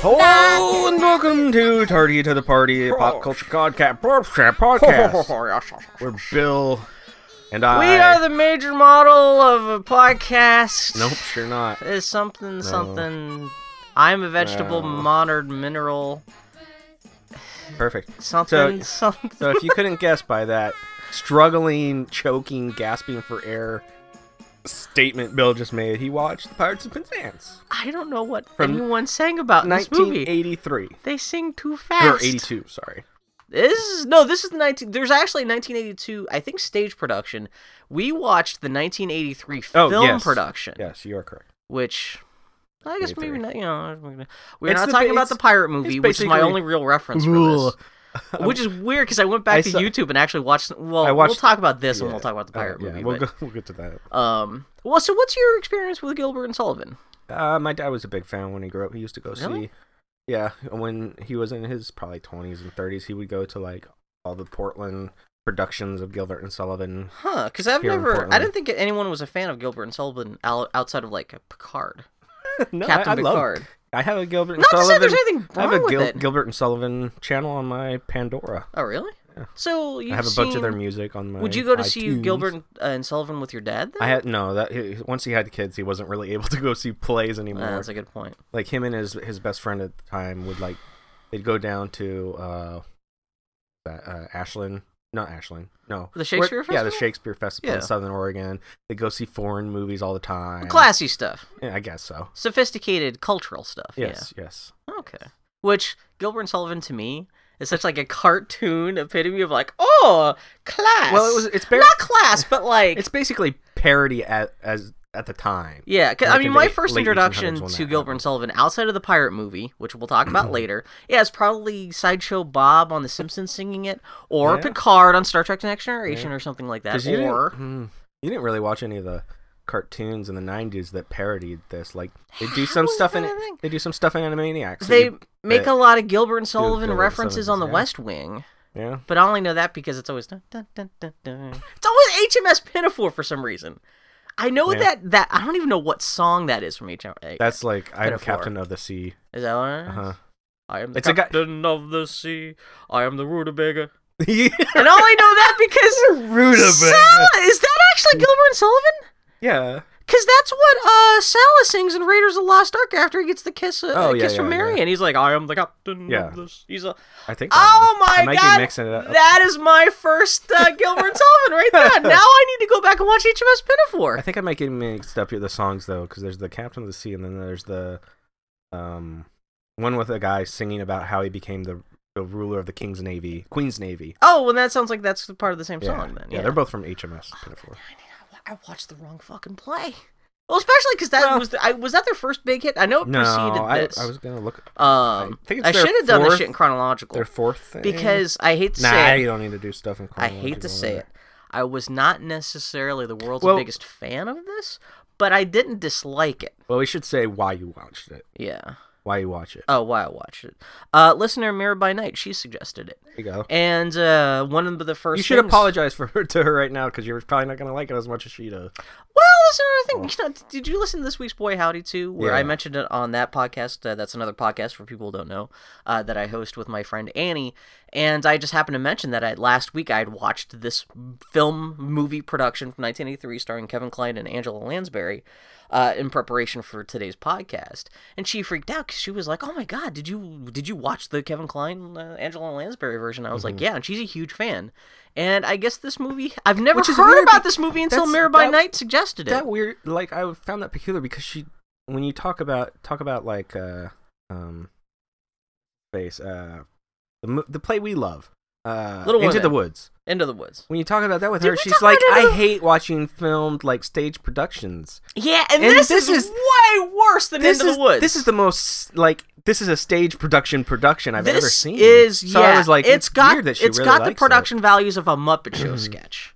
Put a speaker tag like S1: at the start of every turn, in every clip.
S1: Hello Oh, and welcome to Tardy to the Party, a pop culture podcast, podcast. We're Bill and I.
S2: We are the major model of a podcast.
S1: Nope, sure not.
S2: Is something something. I'm a vegetable,
S1: No.
S2: modern mineral,
S1: Perfect.
S2: something something.
S1: So if you couldn't guess by that struggling, choking, gasping for air statement Bill just made, he watched The Pirates of Penzance,
S2: I don't know what
S1: From
S2: anyone sang about in this movie.
S1: 1983
S2: They sing too
S1: or
S2: fast.
S1: 82. Sorry.
S2: This is no. This is the 19. There's actually 1982. I think stage production. We watched the 1983
S1: Oh,
S2: film
S1: yes.
S2: production,
S1: Yes, you are correct.
S2: which. I guess maybe
S1: 83.
S2: not. You know, we're
S1: It's
S2: not
S1: the
S2: talking
S1: ba-
S2: about the
S1: it's-
S2: pirate movie,
S1: it's
S2: which is my
S1: basically-
S2: only real reference for this. Which is weird because I went back
S1: I
S2: to
S1: saw-
S2: YouTube and actually watched. Well,
S1: I
S2: we'll
S1: watched-
S2: talk about this and
S1: Yeah.
S2: we'll talk about the
S1: Uh,
S2: pirate
S1: yeah,
S2: movie.
S1: We'll,
S2: but,
S1: go, we'll get to that.
S2: Um. Well, so what's your experience with Gilbert and Sullivan?
S1: Uh, my dad was a big fan when he grew up. He used to go
S2: Really?
S1: see. Yeah, when he was in his probably twenties and thirties, he would go to like all the Portland productions of Gilbert and Sullivan.
S2: Huh? Because I've
S1: Here in
S2: never. I
S1: Portland.
S2: didn't think anyone was a fan of Gilbert and Sullivan al- outside of like Picard,
S1: no,
S2: Captain
S1: I, I love-
S2: Picard.
S1: I have a Gilbert and
S2: Not to say
S1: Sullivan.
S2: there's anything
S1: I
S2: wrong
S1: have a
S2: with
S1: Gil-
S2: it.
S1: Gilbert and Sullivan channel on my Pandora.
S2: oh, really?
S1: Yeah.
S2: So you
S1: I have a
S2: seen,
S1: bunch of their music on my.
S2: Would you go to see
S1: iTunes.
S2: Gilbert and, uh, and Sullivan with your dad? Then?
S1: I had no that he, once he had kids, he wasn't really able to go see plays
S2: Ah,
S1: anymore.
S2: that's a good point.
S1: like him and his his best friend at the time would like they'd go down to uh that uh Ashland not Ashland no
S2: The Shakespeare
S1: yeah the
S2: Festival?
S1: Shakespeare Festival in
S2: Yeah.
S1: Southern Oregon they go see foreign movies all the time
S2: Classy stuff,
S1: yeah, I guess so
S2: sophisticated cultural stuff. Yeah.
S1: yes yes
S2: Okay. Which Gilbert and Sullivan to me is such like a cartoon epitome of like, oh, class.
S1: well it was it's bar-
S2: not class, but like
S1: it's basically parody at as at the time
S2: yeah. 'cause, I
S1: like
S2: mean,
S1: in
S2: my
S1: the
S2: first
S1: late 1800s
S2: introduction
S1: when that Mm-hmm.
S2: to Gilbert
S1: happened.
S2: and Sullivan outside of the pirate movie, which we'll talk about later, yeah, it's probably sideshow Bob on The Simpsons singing it, or
S1: Yeah.
S2: Picard on Star Trek: The Next Generation, or something like that,
S1: 'Cause you didn't-
S2: or
S1: hmm, you didn't really watch any of the cartoons in the 90s that parodied this like they do some
S2: How is
S1: stuff
S2: that
S1: in
S2: a thing?
S1: they do some stuff in Animaniacs so
S2: they
S1: you-
S2: make
S1: that-
S2: a lot of Gilbert and Sullivan
S1: Gilbert and
S2: references on The
S1: Sullivan's, yeah.
S2: West Wing.
S1: yeah
S2: But I only know that because it's always dun, dun, dun, dun, dun. it's always HMS Pinafore for some reason. I know
S1: Yeah.
S2: that that I don't even know what song that is from HMS.
S1: That's like I'm
S2: Metaphor.
S1: captain of the sea.
S2: is that one?
S1: Uh-huh.
S2: I am the
S1: It's a guy-
S2: captain of the sea. I am the rutabaga.
S1: yeah,
S2: And I only know that because Sala is that
S1: Mm.
S2: actually Gilbert and Sullivan?
S1: Yeah.
S2: Because that's what uh, Sala sings in Raiders of the Lost Ark after he gets the kiss, uh,
S1: Oh, yeah,
S2: kiss from
S1: yeah,
S2: Mary,
S1: yeah.
S2: and he's like, "I am the captain
S1: Yeah. Uh,
S2: of the sea." He's a,
S1: I think. so.
S2: Oh my
S1: I might
S2: god!
S1: be mixing it up.
S2: That is my first uh, Gilbert and Sullivan right there. Now I need to go back and watch HMS
S1: I
S2: Pinafore.
S1: think I might get mixed up here the songs though, because there's the captain of the sea, and then there's the um one with a guy singing about how he became the the ruler of the king's navy, queen's navy.
S2: Oh, well, that sounds like that's part of the same
S1: Yeah,
S2: song then.
S1: yeah, they're both from HMS Pinafore.
S2: I, need- I wa- I watched the wrong fucking play. Well, especially because that
S1: Well-
S2: was the, I, was that their first big hit. I know it
S1: No,
S2: preceded
S1: I,
S2: this.
S1: I was gonna look
S2: um,
S1: I think it's
S2: I
S1: their
S2: should have done this
S1: fourth-
S2: shit in chronological
S1: their fourth thing
S2: because I hate to
S1: nah,
S2: say
S1: you
S2: it.
S1: don't need to do stuff in.
S2: I hate to
S1: chronological
S2: say
S1: order.
S2: it. I was not necessarily the world's
S1: Well-
S2: biggest fan of this, but I didn't dislike it.
S1: Well, we should say why you watched it.
S2: Yeah.
S1: Why you watch it.
S2: Oh, why I watched it. Uh, listener Mirror by Night, she suggested it,
S1: There you go.
S2: and uh, one of the first.
S1: You should
S2: things-
S1: apologize for her, to her right now because you're probably not gonna like it as much as she does.
S2: Well, listen, another thing. You know, did you listen to this week's Boy Howdy too, where I
S1: Yeah.
S2: mentioned it on that podcast? Uh, that's another podcast for people who don't know uh, that I host with my friend Annie, and I just happened to mention that I, last week I had watched this film movie production from 1983 starring Kevin Kline and Angela Lansbury. Uh, in preparation for today's podcast, and she freaked out because she was like, "Oh my god, did you did you watch the Kevin Kline uh, Angela Lansbury version?" I was
S1: Mm-hmm.
S2: like, "Yeah," and she's a huge fan. And I guess this movie, I've never
S1: Which is
S2: heard
S1: weird
S2: about
S1: be-
S2: this movie until
S1: that's-
S2: Mirror by
S1: that-
S2: Night suggested it.
S1: that weird like i found that peculiar because she when you talk about talk about like uh um space uh the, mo- the play we love uh
S2: Little
S1: into the
S2: Women.
S1: woods
S2: Into the Woods.
S1: when you talk about that with
S2: Did
S1: her
S2: we
S1: she's
S2: talk about
S1: like
S2: Into
S1: i
S2: the-
S1: hate watching filmed like stage productions
S2: Yeah, and,
S1: And
S2: this,
S1: this
S2: is,
S1: is-
S2: way worse than
S1: this
S2: Into
S1: is
S2: the Woods.
S1: this is the most like this is a stage production production i've ever
S2: This
S1: seen
S2: Is
S1: so
S2: yeah,
S1: i was like
S2: it's got
S1: weird that she
S2: it's
S1: really
S2: got the
S1: likes it. Mm-hmm.
S2: production values of a Muppet Show sketch,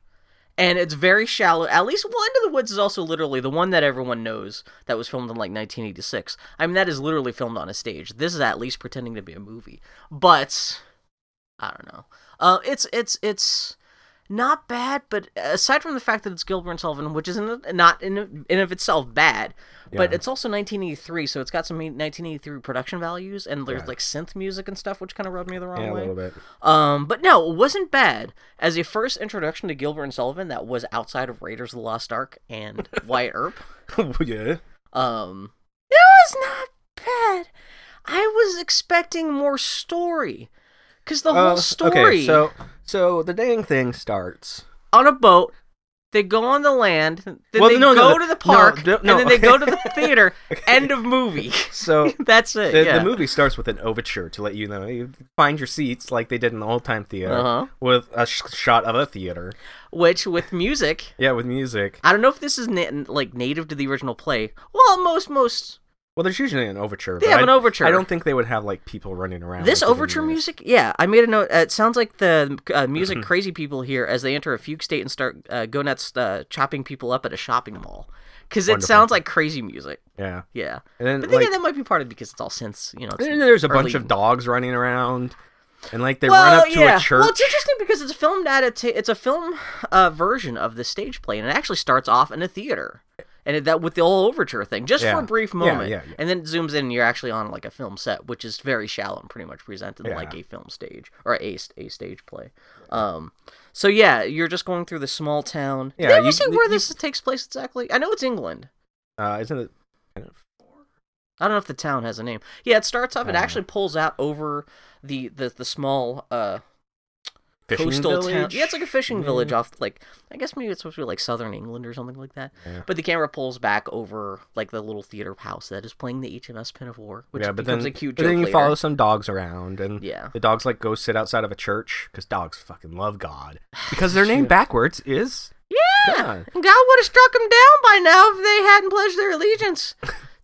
S2: and it's very shallow. At least well, Into the Woods is also literally the one that everyone knows that was filmed in like 1986. I mean, that is literally filmed on a stage. This is at least pretending to be a movie, but I don't know. Uh, it's it's it's not bad, but aside from the fact that it's Gilbert and Sullivan, which is not not in in of itself bad, but
S1: Yeah.
S2: it's also 1983, so it's got some 1983 production values, and there's
S1: Yeah.
S2: like synth music and stuff, which kind of rubbed me the wrong
S1: Yeah, a
S2: way.
S1: little bit.
S2: Um, but no, it wasn't bad. As a first introduction to Gilbert and Sullivan, that was outside of Raiders of the Lost Ark and Wyatt Earp.
S1: Oh, yeah.
S2: Um, it was not bad. I was expecting more story, because the
S1: Uh,
S2: whole story
S1: Okay, so so the dang thing starts.
S2: on a boat. They go on the land, then
S1: Well,
S2: they
S1: no, no,
S2: go
S1: no.
S2: to
S1: No,
S2: the park,
S1: no,
S2: and then they
S1: okay.
S2: go to the theater. End of movie.
S1: So
S2: That's it.
S1: the,
S2: yeah.
S1: the movie starts with an overture to let you know you find your seats like they did in the old time theater
S2: Uh-huh.
S1: with a sh- shot of a theater.
S2: Which, with music,
S1: Yeah, with music.
S2: I don't know if this is na- like native to the original play. Well, most most
S1: Well, there's usually an overture.
S2: They
S1: but
S2: have
S1: I-
S2: an overture.
S1: I don't think they would have like people running around.
S2: This
S1: like they did in
S2: overture
S1: the-
S2: music, yeah, I made a note. Uh, it sounds like the uh, music crazy people here as they enter a fugue state and start uh, go nuts, uh, chopping people up at a shopping mall, because it
S1: Wonderful.
S2: sounds like crazy music.
S1: Yeah,
S2: Yeah,
S1: and then
S2: but then
S1: like
S2: again, that might be part of it because it's all synths, you know. it's
S1: there- there's a
S2: early-
S1: bunch of dogs running around, and like they
S2: well,
S1: run up to
S2: yeah.
S1: a church.
S2: Well, it's interesting because it's a film adapta- It's a film uh, version of the stage play, and it actually starts off in a theater, and it, that with the whole overture thing, just
S1: Yeah.
S2: for a brief
S1: Yeah,
S2: moment,
S1: yeah, yeah.
S2: and then it zooms in, and you're actually on like a film set, which is very shallow and pretty much presented
S1: Yeah.
S2: like a film stage or a s- a stage play. Um, so yeah, you're just going through the small town.
S1: Yeah,
S2: Did I ever
S1: you-
S2: say where
S1: you-
S2: this takes place exactly? I know it's England.
S1: uh, isn't it? kind of-
S2: I don't know if the town has a name. Yeah, it starts off. It
S1: Uh.
S2: actually pulls out over the the the small uh
S1: Fishing
S2: coastal town.
S1: village?
S2: Yeah, it's like a fishing
S1: Maybe?
S2: village off like I guess maybe it's supposed to be like southern England or something like that.
S1: Yeah.
S2: But the camera pulls back over like the little theater house that is playing the HMS Pin of War, which
S1: yeah, but
S2: becomes
S1: then,
S2: a cute
S1: but
S2: joke
S1: then you
S2: later.
S1: follow some dogs around, and
S2: Yeah.
S1: the dogs like go sit outside of a church because dogs fucking love God because their name backwards is
S2: Yeah.
S1: God.
S2: And God would have struck him down by now if they hadn't pledged their allegiance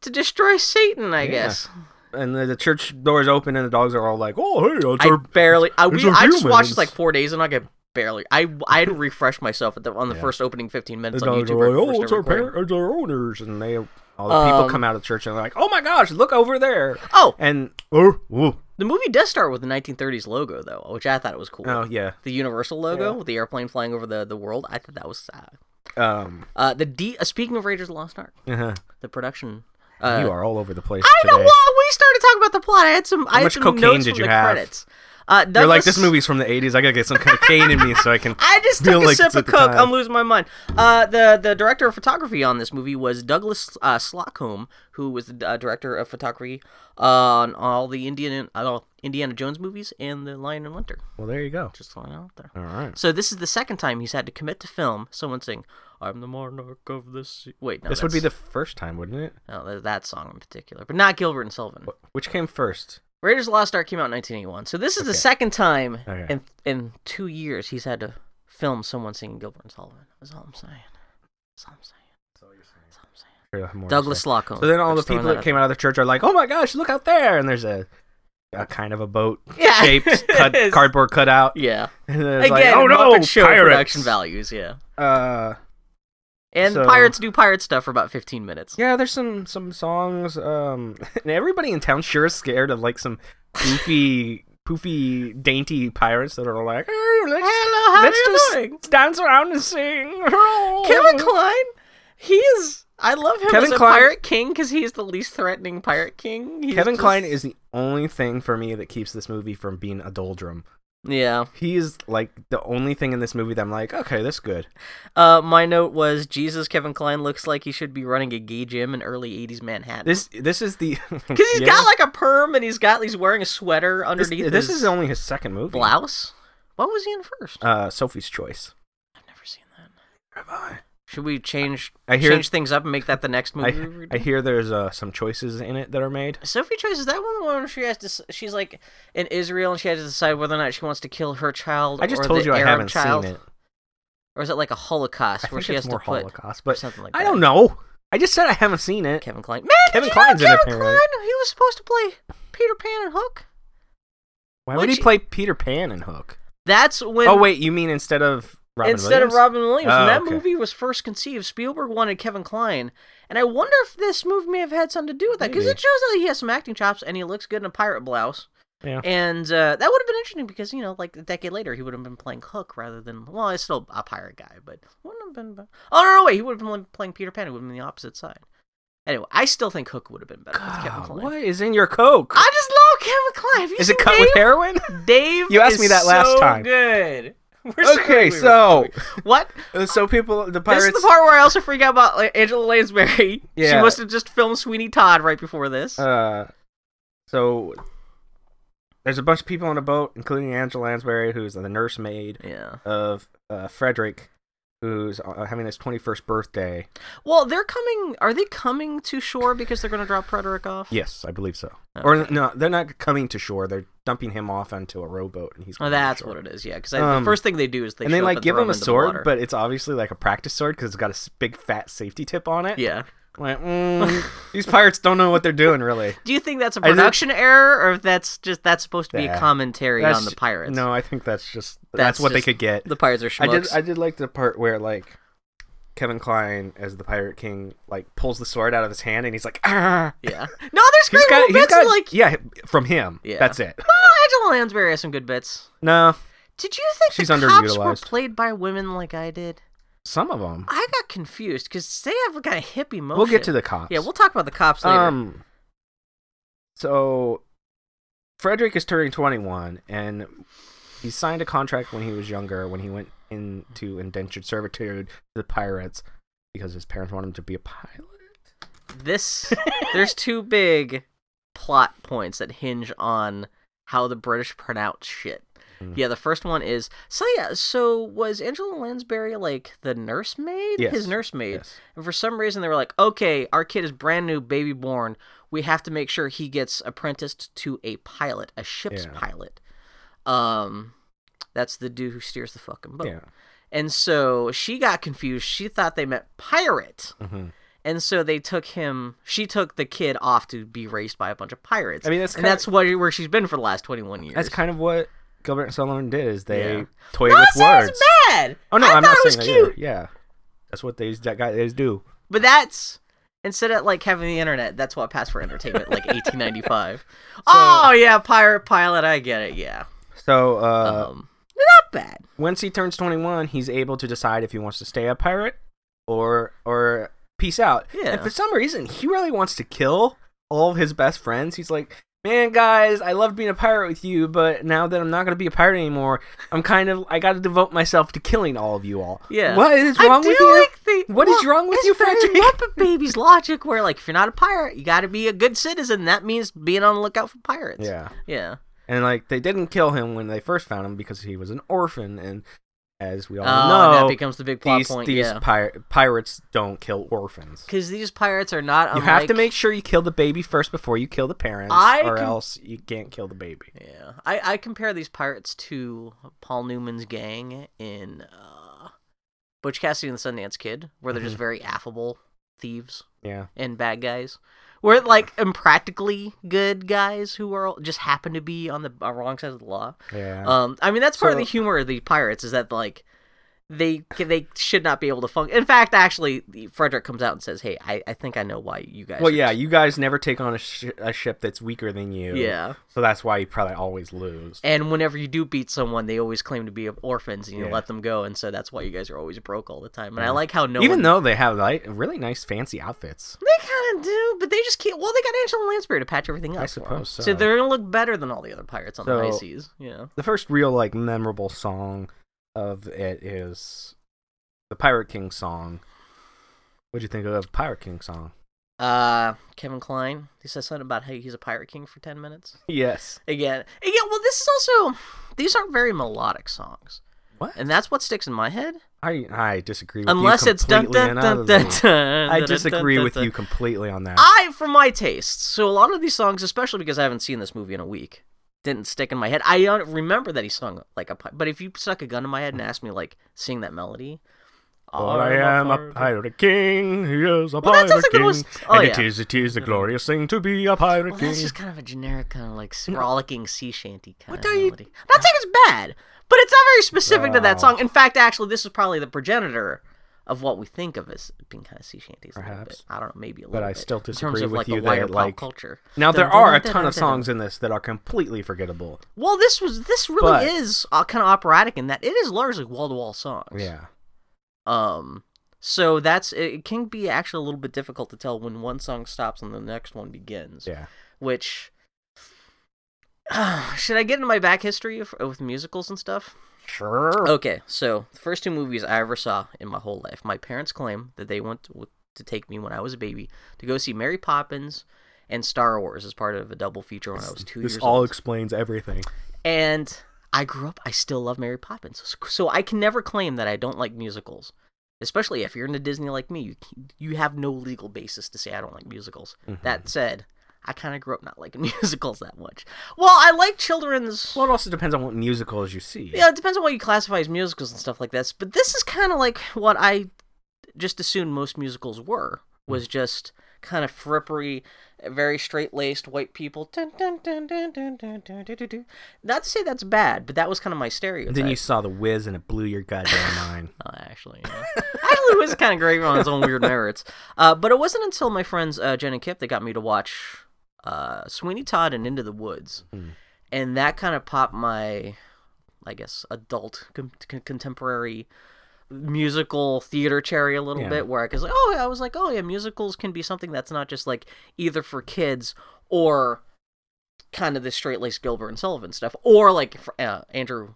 S2: to destroy Satan, I
S1: Yeah.
S2: guess.
S1: and the, the church doors open and the dogs are all like, "Oh, hey, it's
S2: I
S1: our-"
S2: barely I,
S1: these
S2: we,
S1: are
S2: I just watched
S1: humans.
S2: this like 4 days and I could barely I I had to refresh myself at the, on the
S1: Yeah.
S2: first opening 15
S1: the
S2: minutes on
S1: dogs
S2: YouTube.
S1: are
S2: right
S1: like,
S2: before we
S1: "Oh, it's
S2: started
S1: our
S2: recording.
S1: par- it's our owners," and they all the people
S2: Um,
S1: come out of the church and they're like, "Oh my gosh, look over there!"
S2: Oh,
S1: And oh, whoa.
S2: the movie does start with the 1930s logo though, which I thought it was cool.
S1: oh yeah,
S2: the Universal logo
S1: Yeah.
S2: with the airplane flying over the, the world. I thought that was sad.
S1: um,
S2: Uh, the D. Uh, speaking of Raiders of the Lost Ark,
S1: uh-huh.
S2: the production. Uh,
S1: you are all over the place.
S2: I know.
S1: today.
S2: Well, we started talking about the plot. I had some. I had
S1: much
S2: some
S1: cocaine
S2: notes
S1: did
S2: from
S1: you
S2: the
S1: have?
S2: Credits. Uh, Douglas,
S1: You're like, "This movie's from the '80s. I gotta get some cocaine in me so I can."
S2: I just
S1: feel
S2: took a
S1: like
S2: sip
S1: it's
S2: of
S1: at the
S2: coke.
S1: time.
S2: I'm losing my mind. Uh, the the director of photography on this movie was Douglas uh, Slocum, who was the uh, director of photography on all the Indian uh, Indiana Jones movies and The Lion in Winter.
S1: Well, there you go.
S2: Just throwing it out there.
S1: All right.
S2: So this is the second time he's had to commit to film. Someone saying, "I'm the monarch of the sea." Wait, no,
S1: this would be the
S2: that's-
S1: first time, wouldn't it?
S2: no, th- that song in particular, but not Gilbert and Sullivan.
S1: Wh- Which came first?
S2: Raiders of the Lost Ark came out in 1981, so this is the
S1: Okay. Oh,
S2: second time
S1: Okay.
S2: in in two years he's had to film someone singing Gilbert and Sullivan. That's all I'm saying. That's all I'm saying. That's all I'm saying.
S1: Sure, I'll have more to
S2: Douglas
S1: say.
S2: Slocum.
S1: So then all
S2: I'm
S1: the
S2: just Oh, throwing
S1: people that
S2: out
S1: came out of the church are like, "Oh my gosh, look out there!" And there's a, a kind of a boat
S2: there. yeah.
S1: shaped cut,
S2: It's-
S1: cardboard cutout.
S2: Yeah.
S1: And then it's
S2: Again,
S1: like, oh no,
S2: Muppet show
S1: pirates.
S2: production values. Yeah.
S1: Uh,
S2: And
S1: So-
S2: pirates do pirate stuff for about 15 minutes.
S1: yeah, there's some some songs. Um, and everybody in town sure is scared of like some poofy, poofy, dainty pirates that are like, "Oh, let's,
S2: Hello, how
S1: let's
S2: are you
S1: just
S2: doing?
S1: dance around and sing.
S2: Kevin Klein, he is. I love him
S1: Kevin
S2: as a
S1: Kline-
S2: pirate king because he's the least threatening pirate king. He's
S1: Kevin
S2: just-
S1: Klein is the only thing for me that keeps this movie from being a doldrum.
S2: Yeah.
S1: He is like the only thing in this movie that I'm like, okay, that's good.
S2: Uh, my note was Jesus. Kevin Klein looks like he should be running a gay gym in early '80s Manhattan.
S1: This this is the because
S2: because he's got like a perm and he's got he's wearing a sweater
S1: this,
S2: underneath.
S1: this
S2: his
S1: is only his second movie.
S2: blouse. What was he in first?
S1: Uh, Sophie's Choice.
S2: I've never seen that. Should we change
S1: I hear-
S2: change things up and make that the next movie? we
S1: I,
S2: do?
S1: I hear there's uh, some choices in it that are made.
S2: Sophie Choice is that one where she has to? s- She's like in Israel and she has to decide whether or not she wants to kill her child.
S1: I just
S2: or
S1: told
S2: the
S1: you I
S2: Arab
S1: haven't
S2: child.
S1: seen it.
S2: Or is it like a Holocaust
S1: I
S2: where
S1: think
S2: she
S1: it's
S2: has
S1: more
S2: to put
S1: Holocaust, but
S2: something like
S1: I
S2: that?
S1: don't know. I just said I haven't seen it.
S2: Kevin Klein? Man,
S1: Kevin
S2: did you know
S1: Klein's in it,
S2: Kevin
S1: apparently.
S2: Klein. He was supposed to play Peter Pan and Hook.
S1: Why would he
S2: which-
S1: play Peter Pan in Hook?
S2: That's when.
S1: oh wait, you mean instead of Robin
S2: instead
S1: Williams?
S2: of Robin Williams,
S1: Oh,
S2: when that
S1: okay.
S2: movie was first conceived, Spielberg wanted Kevin Klein, and I wonder if this movie may have had something to do with that because
S1: Maybe.
S2: it shows that he has some acting chops and he looks good in a pirate blouse.
S1: Yeah.
S2: And uh, that would have been interesting because you know, like a decade later, he would have been playing Hook rather than well, he's still a pirate guy, but wouldn't have been. Oh no, no, wait, he would have been playing Peter Pan. He would have been the opposite side. Anyway, I still think Hook would have been better with Kevin
S1: God,
S2: Kline.
S1: Ah, what is in your Coke?
S2: I just love Kevin Kline. Have you
S1: Is
S2: seen
S1: it cut
S2: Dave?
S1: with heroin?
S2: Dave,
S1: You asked
S2: is
S1: me that last
S2: so
S1: time.
S2: Good. We're so glad
S1: okay,
S2: we were-
S1: so
S2: what?
S1: so people the pirates
S2: This is the part where I also freak out about like, Angela Lansbury. She
S1: Yeah.
S2: must have just filmed Sweeney Todd right before this.
S1: Uh, so there's a bunch of people on a boat, including Angela Lansbury, who's the nursemaid
S2: yeah.
S1: of uh, Frederick, who's uh, having his 21st birthday.
S2: Well, they're coming. Are they coming to shore because they're going to drop Frederick off?
S1: Yes, I believe so. Or no, they're not coming to shore. They're dumping him off onto a rowboat, and he's.
S2: Oh,
S1: going
S2: that's
S1: to shore.
S2: what it is. Yeah, because the
S1: Um,
S2: first thing they do is they
S1: and they
S2: show up
S1: like give
S2: throw
S1: him a
S2: into the
S1: sword,
S2: water.
S1: but it's obviously like a practice sword because it's got a s- big fat safety tip on it.
S2: yeah.
S1: I'm like mm, these pirates don't know what they're doing, really.
S2: Do you think that's a
S1: I think-
S2: production error, or if that's just that's supposed to be a
S1: Nah.
S2: commentary
S1: That's-
S2: on the pirates?
S1: No, I think that's just that's,
S2: That's
S1: what
S2: just
S1: they could get.
S2: the pirates are
S1: I did
S2: schmucks.
S1: I did like the part where like Kevin Klein as the Pirate King like pulls the sword out of his hand and he's like ah
S2: Yeah. No, there's
S1: he's
S2: great
S1: got
S2: little
S1: he's
S2: bits.
S1: got
S2: of, like,
S1: yeah from him
S2: Yeah.
S1: that's it
S2: oh, Angela Lansbury has some good bits.
S1: no
S2: Did you think
S1: She's
S2: the cops were
S1: underutilized.
S2: played by women like I did?
S1: some of them
S2: I got confused because they have a kind of hippie motion.
S1: we'll get to the cops
S2: Yeah, we'll talk about the cops later.
S1: um so Frederick is turning 21 and he signed a contract when he was younger when he went into indentured servitude to the pirates because his parents wanted him to be a pilot
S2: this there's two big plot points that hinge on how the British pronounce shit.
S1: Mm.
S2: Yeah, the first one is so yeah, so was Angela Lansbury like the nursemaid?
S1: Yes.
S2: His nursemaid.
S1: yes
S2: And for some reason they were like, Okay, our kid is brand new, baby born. We have to make sure he gets apprenticed to a pilot, a ship's
S1: Yeah.
S2: pilot. Um that's the dude who steers the fucking boat.
S1: yeah
S2: And so she got confused. She thought they meant pirate.
S1: hmm
S2: And so they took him. She took the kid off to be raised by a bunch of pirates.
S1: I mean that's
S2: and
S1: kind of
S2: that's what, where she's been for the last twenty one years.
S1: That's kind of what Gilbert and Sullivan did. Is they
S2: Yeah.
S1: toy
S2: no,
S1: with
S2: it sounds
S1: words.
S2: bad.
S1: Oh no,
S2: I
S1: am
S2: thought
S1: not
S2: it was
S1: saying that either.
S2: cute,
S1: Yeah, that's what these that guy they do.
S2: but that's instead of like having the internet, that's what passed for entertainment, like eighteen ninety five. Oh yeah, pirate pilot. I get it. Yeah,
S1: So uh,
S2: um, not bad.
S1: once he turns 21, he's able to decide if he wants to stay a pirate or or peace out.
S2: Yeah.
S1: And for some reason, he really wants to kill all of his best friends. He's like, man, guys, I loved being a pirate with you, but now that I'm not gonna be a pirate anymore, I'm kind of I got to devote myself to killing all of you all.
S2: Yeah.
S1: What is
S2: I
S1: wrong
S2: do
S1: with you?
S2: like the-
S1: What is
S2: well,
S1: wrong with
S2: it's
S1: you,
S2: very
S1: Frederick?
S2: Muppet Babies logic, where like if you're not a pirate, you got to be a good citizen. That means being on the lookout for pirates.
S1: Yeah.
S2: yeah.
S1: And like they didn't kill him when they first found him because he was an orphan, and as we all
S2: Oh, and
S1: know,
S2: that becomes the big plot
S1: these,
S2: point.
S1: these
S2: yeah,
S1: pir- pirates don't kill orphans.
S2: because these pirates are not.
S1: You
S2: Unlike...
S1: have to make sure you kill the baby first before you kill the parents,
S2: I
S1: or
S2: can-
S1: else you can't kill the baby.
S2: Yeah, I I compare these pirates to Paul Newman's gang in uh, Butch Cassidy and the Sundance Kid, where they're just
S1: Mm-hmm.
S2: very affable thieves
S1: Yeah,
S2: and bad guys. We're like impractically good guys who are just happen to be on the uh, wrong side of the law.
S1: yeah.
S2: Um, I mean that's part of
S1: So-
S2: the humor of the pirates is that like they they should not be able to function. In fact, actually, Frederick comes out and says, "Hey, I, I think I know why you guys."
S1: well,
S2: are
S1: yeah, you guys never take on a, sh- a ship that's weaker than you.
S2: Yeah.
S1: So that's why you probably always lose.
S2: And whenever you do beat someone, they always claim to be orphans and you
S1: Yeah.
S2: let them go. And so that's why you guys are always broke all the time. And I like how no
S1: Even
S2: one.
S1: though they have like really nice fancy outfits.
S2: they kind of do, but they just can't. Well, they got Angela Lansbury to patch everything up.
S1: I
S2: for 'em.
S1: suppose
S2: so.
S1: so.
S2: they're going to look better than all the other pirates on the high
S1: So-
S2: seas. Yeah.
S1: the first real like memorable song of it is the Pirate King song. What'd you think of Pirate King song?
S2: Uh, Kevin Klein, he says something about how he's a pirate king for 10 minutes.
S1: Yes.
S2: Again. Again, well, this is also. These aren't very melodic songs.
S1: What?
S2: And that's what sticks in my head.
S1: I I disagree with
S2: Unless
S1: you
S2: it's dun
S1: completely
S2: dun
S1: and
S2: dun
S1: utterly.
S2: dun dun.
S1: I
S2: dun,
S1: disagree
S2: dun,
S1: with
S2: dun, Ah!
S1: you completely on that.
S2: I, for my tastes, so a lot of these songs, especially because I haven't seen this movie in a week, didn't stick in my head. I don't remember that he sung like a pi- But if you stuck a gun in my head and asked me like sing that melody, oh,
S1: Well, I am a pirate king. He is a
S2: Well,
S1: pirate
S2: that sounds like the
S1: king.
S2: most- oh,
S1: and
S2: yeah.
S1: it is, it is a glorious thing to be a pirate
S2: Well,
S1: king.
S2: that's just kind of a generic kind of like rollicking sea shanty kind
S1: What
S2: of
S1: are you-
S2: melody. I'm not saying it's bad, but it's not very specific to that
S1: Wow.
S2: song. In fact, actually, this is probably the progenitor of what we think of as being kind of sea shanties. a little bit.
S1: Perhaps.
S2: I don't know, maybe a little
S1: But I
S2: bit.
S1: still
S2: in terms
S1: disagree
S2: of
S1: with
S2: like
S1: you
S2: the wider
S1: that like
S2: pop culture.
S1: now there
S2: Dun,
S1: are a
S2: dun,
S1: ton
S2: dun,
S1: of
S2: dun, dun.
S1: songs in this that are completely forgettable.
S2: Well, this was this really
S1: But-
S2: is uh, kind of operatic in that it is largely wall to wall songs.
S1: Yeah.
S2: Um. So that's it, it can be actually a little bit difficult to tell when one song stops and the next one begins.
S1: Yeah.
S2: Which should I get into my back history of, with musicals and stuff?
S1: Sure.
S2: Okay, so the first two movies I ever saw in my whole life. My parents claim that they went to, to take me when I was a baby to go see Mary Poppins and Star Wars as part of a double feature when I was two
S1: this
S2: years
S1: all
S2: old.
S1: explains everything.
S2: and I grew up. I still love Mary Poppins, so, so I can never claim that I don't like musicals. Especially if you're into Disney like me, you c- you have no legal basis to say I don't like musicals. That said, I kind of grew up not liking musicals that much. Well, I like children's.
S1: Well, it also depends on what musicals you see.
S2: Yeah, it depends on what you classify as musicals and stuff like this. But this is kind of like what I just assumed most musicals were
S1: Hmm.
S2: was just kind of frippery, very straight laced white people. Dun, dun, dun, dun, dun, dun, dun, dun, dun, dun. Not to say that's bad, but that was kind of my stereotype.
S1: And then you saw The Wiz and it blew your goddamn mind.
S2: Uh, actually, yeah. actually, it was kind of great on its own weird merits. Uh, but it wasn't until my friends uh, Jen and Kip that got me to watch uh, Sweeney Todd and Into the Woods,
S1: Hmm.
S2: and that kind of popped my, I guess, adult com- con- contemporary musical theater cherry a little
S1: Yeah.
S2: bit, where I was like, oh, I was like, oh yeah, musicals can be something that's not just like either for kids or kind of the straight laced Gilbert and Sullivan stuff, or like fr- uh, Andrew.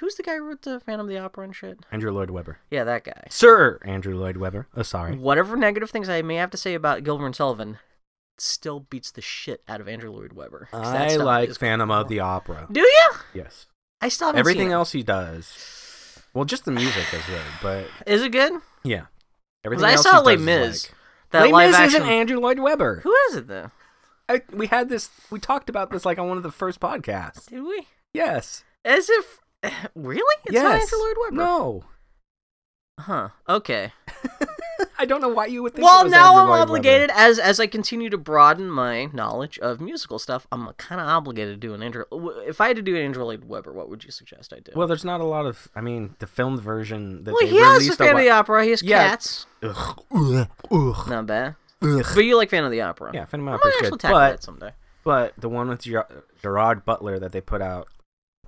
S2: Who's the guy who wrote the Phantom of the Opera and shit?
S1: Andrew Lloyd Webber.
S2: Yeah, that guy.
S1: Sir Andrew Lloyd Webber. Oh, sorry.
S2: Whatever negative things I may have to say about Gilbert and Sullivan, still beats the shit out of Andrew Lloyd Webber. 'Cause that
S1: I
S2: stuff
S1: like
S2: is-
S1: Phantom of the Opera.
S2: Do you?
S1: Yes.
S2: I still haven't
S1: Everything
S2: seen
S1: else he does. Well, just the music is good, but
S2: It. Is it good?
S1: yeah.
S2: Because
S1: Everything
S2: I
S1: else
S2: saw
S1: he
S2: Les
S1: does is
S2: Mis.
S1: like-
S2: That
S1: Les
S2: live
S1: Mis
S2: action.
S1: isn't Andrew Lloyd Webber.
S2: Who is it though?
S1: I, we had this. We talked about this like on one of the first podcasts.
S2: Did we?
S1: Yes.
S2: As if. Really? It's
S1: yes.
S2: not Andrew Lloyd Webber.
S1: No.
S2: Huh. Okay.
S1: I don't know why you would think. it
S2: Well,
S1: was
S2: now
S1: Andrew
S2: I'm
S1: Lloyd
S2: obligated as as I continue to broaden my knowledge of musical stuff. I'm kind of obligated to do an Andrew. If I had to do an Andrew Lloyd Webber, what would you suggest I do?
S1: Webber. Well, there's not a lot of. I mean, the filmed version that
S2: Well,
S1: they
S2: he has a
S1: released.
S2: Phantom of the
S1: a
S2: Opera. He has
S1: Yeah.
S2: cats.
S1: while- Ugh, ugh,
S2: Not bad.
S1: ugh,
S2: But you like Phantom of the Opera.
S1: Yeah, Phantom
S2: I'm
S1: of the Opera's
S2: gonna actually
S1: good,
S2: tackle
S1: but
S2: that someday.
S1: but the one with Ger- Gerard Butler that they put out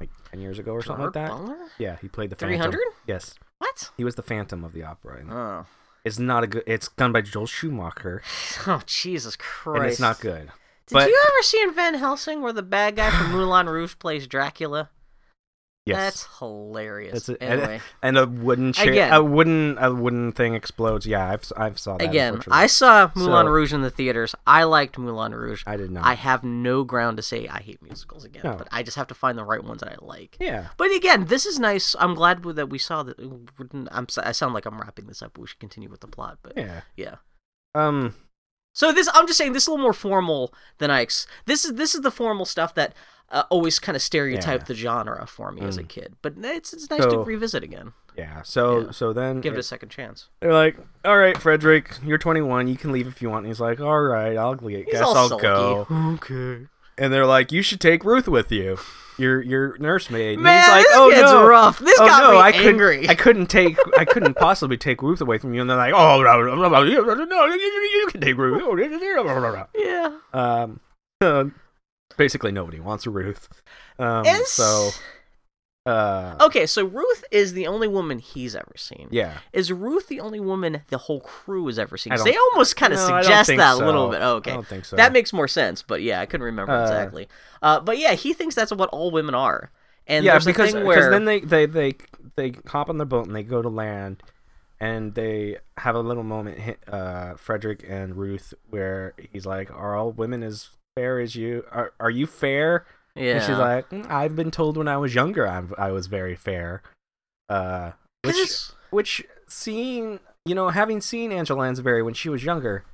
S1: like ten years ago or something like that. Yeah, he played the Phantom.
S2: 300?
S1: Yes,
S2: What?
S1: he was the Phantom of the Opera. in that.
S2: Oh.
S1: It's not a good. It's done by Joel Schumacher,
S2: Oh Jesus Christ!
S1: and it's not good.
S2: Did
S1: but-
S2: you ever see in Van Helsing where the bad guy from Moulin Rouge plays Dracula?
S1: Yes.
S2: That's hilarious.
S1: That's it. And-
S2: anyway,
S1: and a wooden chair,
S2: Again.
S1: a wooden, a wooden thing explodes. Yeah, I've, I've saw that.
S2: again,
S1: unfortunately.
S2: I saw Moulin
S1: So-
S2: Rouge in the theaters. I liked Moulin Rouge.
S1: I did not.
S2: I have no ground to say I hate musicals again,
S1: No.
S2: but I just have to find the right ones that I like.
S1: yeah,
S2: But again, this is nice. I'm glad that we saw that. I'm, I sound like I'm wrapping this up. but We should continue with the plot, but
S1: yeah.
S2: yeah.
S1: Um,
S2: So this, I'm just saying, this is a little more formal than I. Ex- this is this is the formal stuff that uh, always kind of stereotyped
S1: Yeah.
S2: the genre for me as a
S1: Mm.
S2: kid. But it's it's nice to
S1: So-
S2: revisit again,
S1: yeah. So,
S2: Yeah.
S1: so then
S2: give it
S1: it-
S2: a second chance.
S1: they're like, "All right, Frederick, you're 21. You can leave if you want." And he's like, "All right, I'll g-
S2: He's
S1: guess
S2: all
S1: I'll
S2: sulky.
S1: go."
S2: Okay.
S1: And they're like, "You should take Ruth with you, your your nursemaid."
S2: Man,
S1: and he's like,
S2: this
S1: "Oh
S2: kid's
S1: no."
S2: rough. This
S1: Oh
S2: got
S1: no!
S2: me
S1: I couldn't.
S2: angry.
S1: I couldn't take. I couldn't possibly take Ruth away from you. And they're like, "Oh no, no, no, no, you- no, you- you can take Ruth." Oh,
S2: yeah.
S1: Um, uh, basically nobody wants Ruth. Um,
S2: It's-
S1: so, uh,
S2: Okay, so Ruth is the only woman he's ever seen.
S1: yeah,
S2: Is Ruth the only woman the whole crew has ever seen?
S1: I
S2: 'Cause
S1: don't-
S2: They almost kind of
S1: No, I don't
S2: suggest
S1: think
S2: that a
S1: so.
S2: little bit. Oh, okay.
S1: I don't think so.
S2: That makes more sense, but yeah, I couldn't remember
S1: Uh,
S2: exactly. Uh, but yeah, he thinks that's what all women are. And
S1: yeah
S2: there's
S1: because
S2: a thing
S1: 'cause
S2: where
S1: then they they they they hop on the boat and they go to land, and they have a little moment. hi- Uh, Frederick and Ruth, where he's like, "Are all women as fair as you? Are are you fair?"
S2: yeah.
S1: And she's like, "Mm, "I've been told when I was younger, I I was very fair." Uh,
S2: 'Cause
S1: which
S2: it's-
S1: which seeing you know having seen Angela Lansbury when she was younger,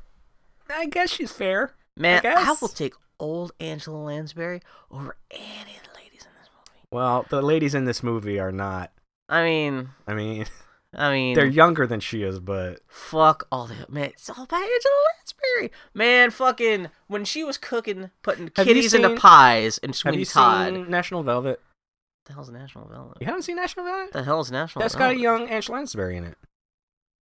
S1: I guess she's fair.
S2: man, I,
S1: guess.
S2: will take old Angela Lansbury over any of the ladies in this movie.
S1: Well, the ladies in this movie are not.
S2: I mean,
S1: I mean,
S2: I mean,
S1: they're younger than she is, but
S2: fuck all the man. It's all about Angela Lansbury. Man, fucking when she was cooking, putting
S1: Have you
S2: kitties into
S1: seen-
S2: pies and
S1: have you
S2: Sweeney Todd.
S1: seen National Velvet?
S2: the hell's National Velvet?
S1: You haven't seen National Velvet?
S2: The hell's National
S1: That's got
S2: Velvet?
S1: a young Angela Lansbury in it.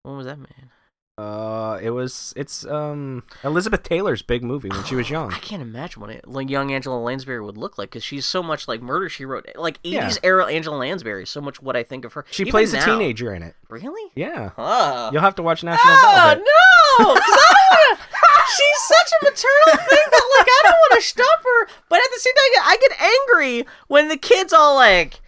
S2: When was that man?
S1: Uh, it was it's um Elizabeth Taylor's big movie when she was young.
S2: I can't imagine what it, like young Angela Lansbury would look like because she's so much like Murder She Wrote, like 80s
S1: Yeah.
S2: era Angela Lansbury. is So much what I think of her.
S1: She
S2: Even
S1: plays
S2: now.
S1: a teenager in it.
S2: Really?
S1: Yeah,
S2: Huh.
S1: you'll have to watch National
S2: Oh
S1: Velvet.
S2: no! 'Cause I wanna- She's such a maternal thing that like I don't want to stop her, but at the same time I get angry when the kids all like,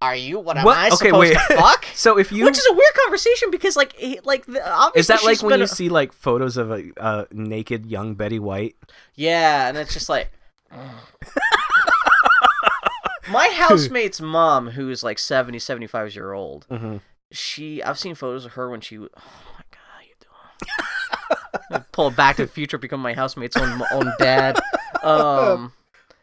S2: "Are you? What am
S1: What?
S2: I
S1: Okay,
S2: supposed
S1: wait.
S2: to fuck?"
S1: So if you
S2: Which is a weird conversation because like he- like the, obviously
S1: is that like
S2: she's
S1: when
S2: been
S1: you
S2: a-
S1: see like photos of a, a naked young Betty White?
S2: yeah, and it's just like. My housemate's mom, who is like 70, 75 year old,
S1: Mm-hmm.
S2: she I've seen photos of her when she was- oh my god how you doing pull back to the future become my housemate's own own dad um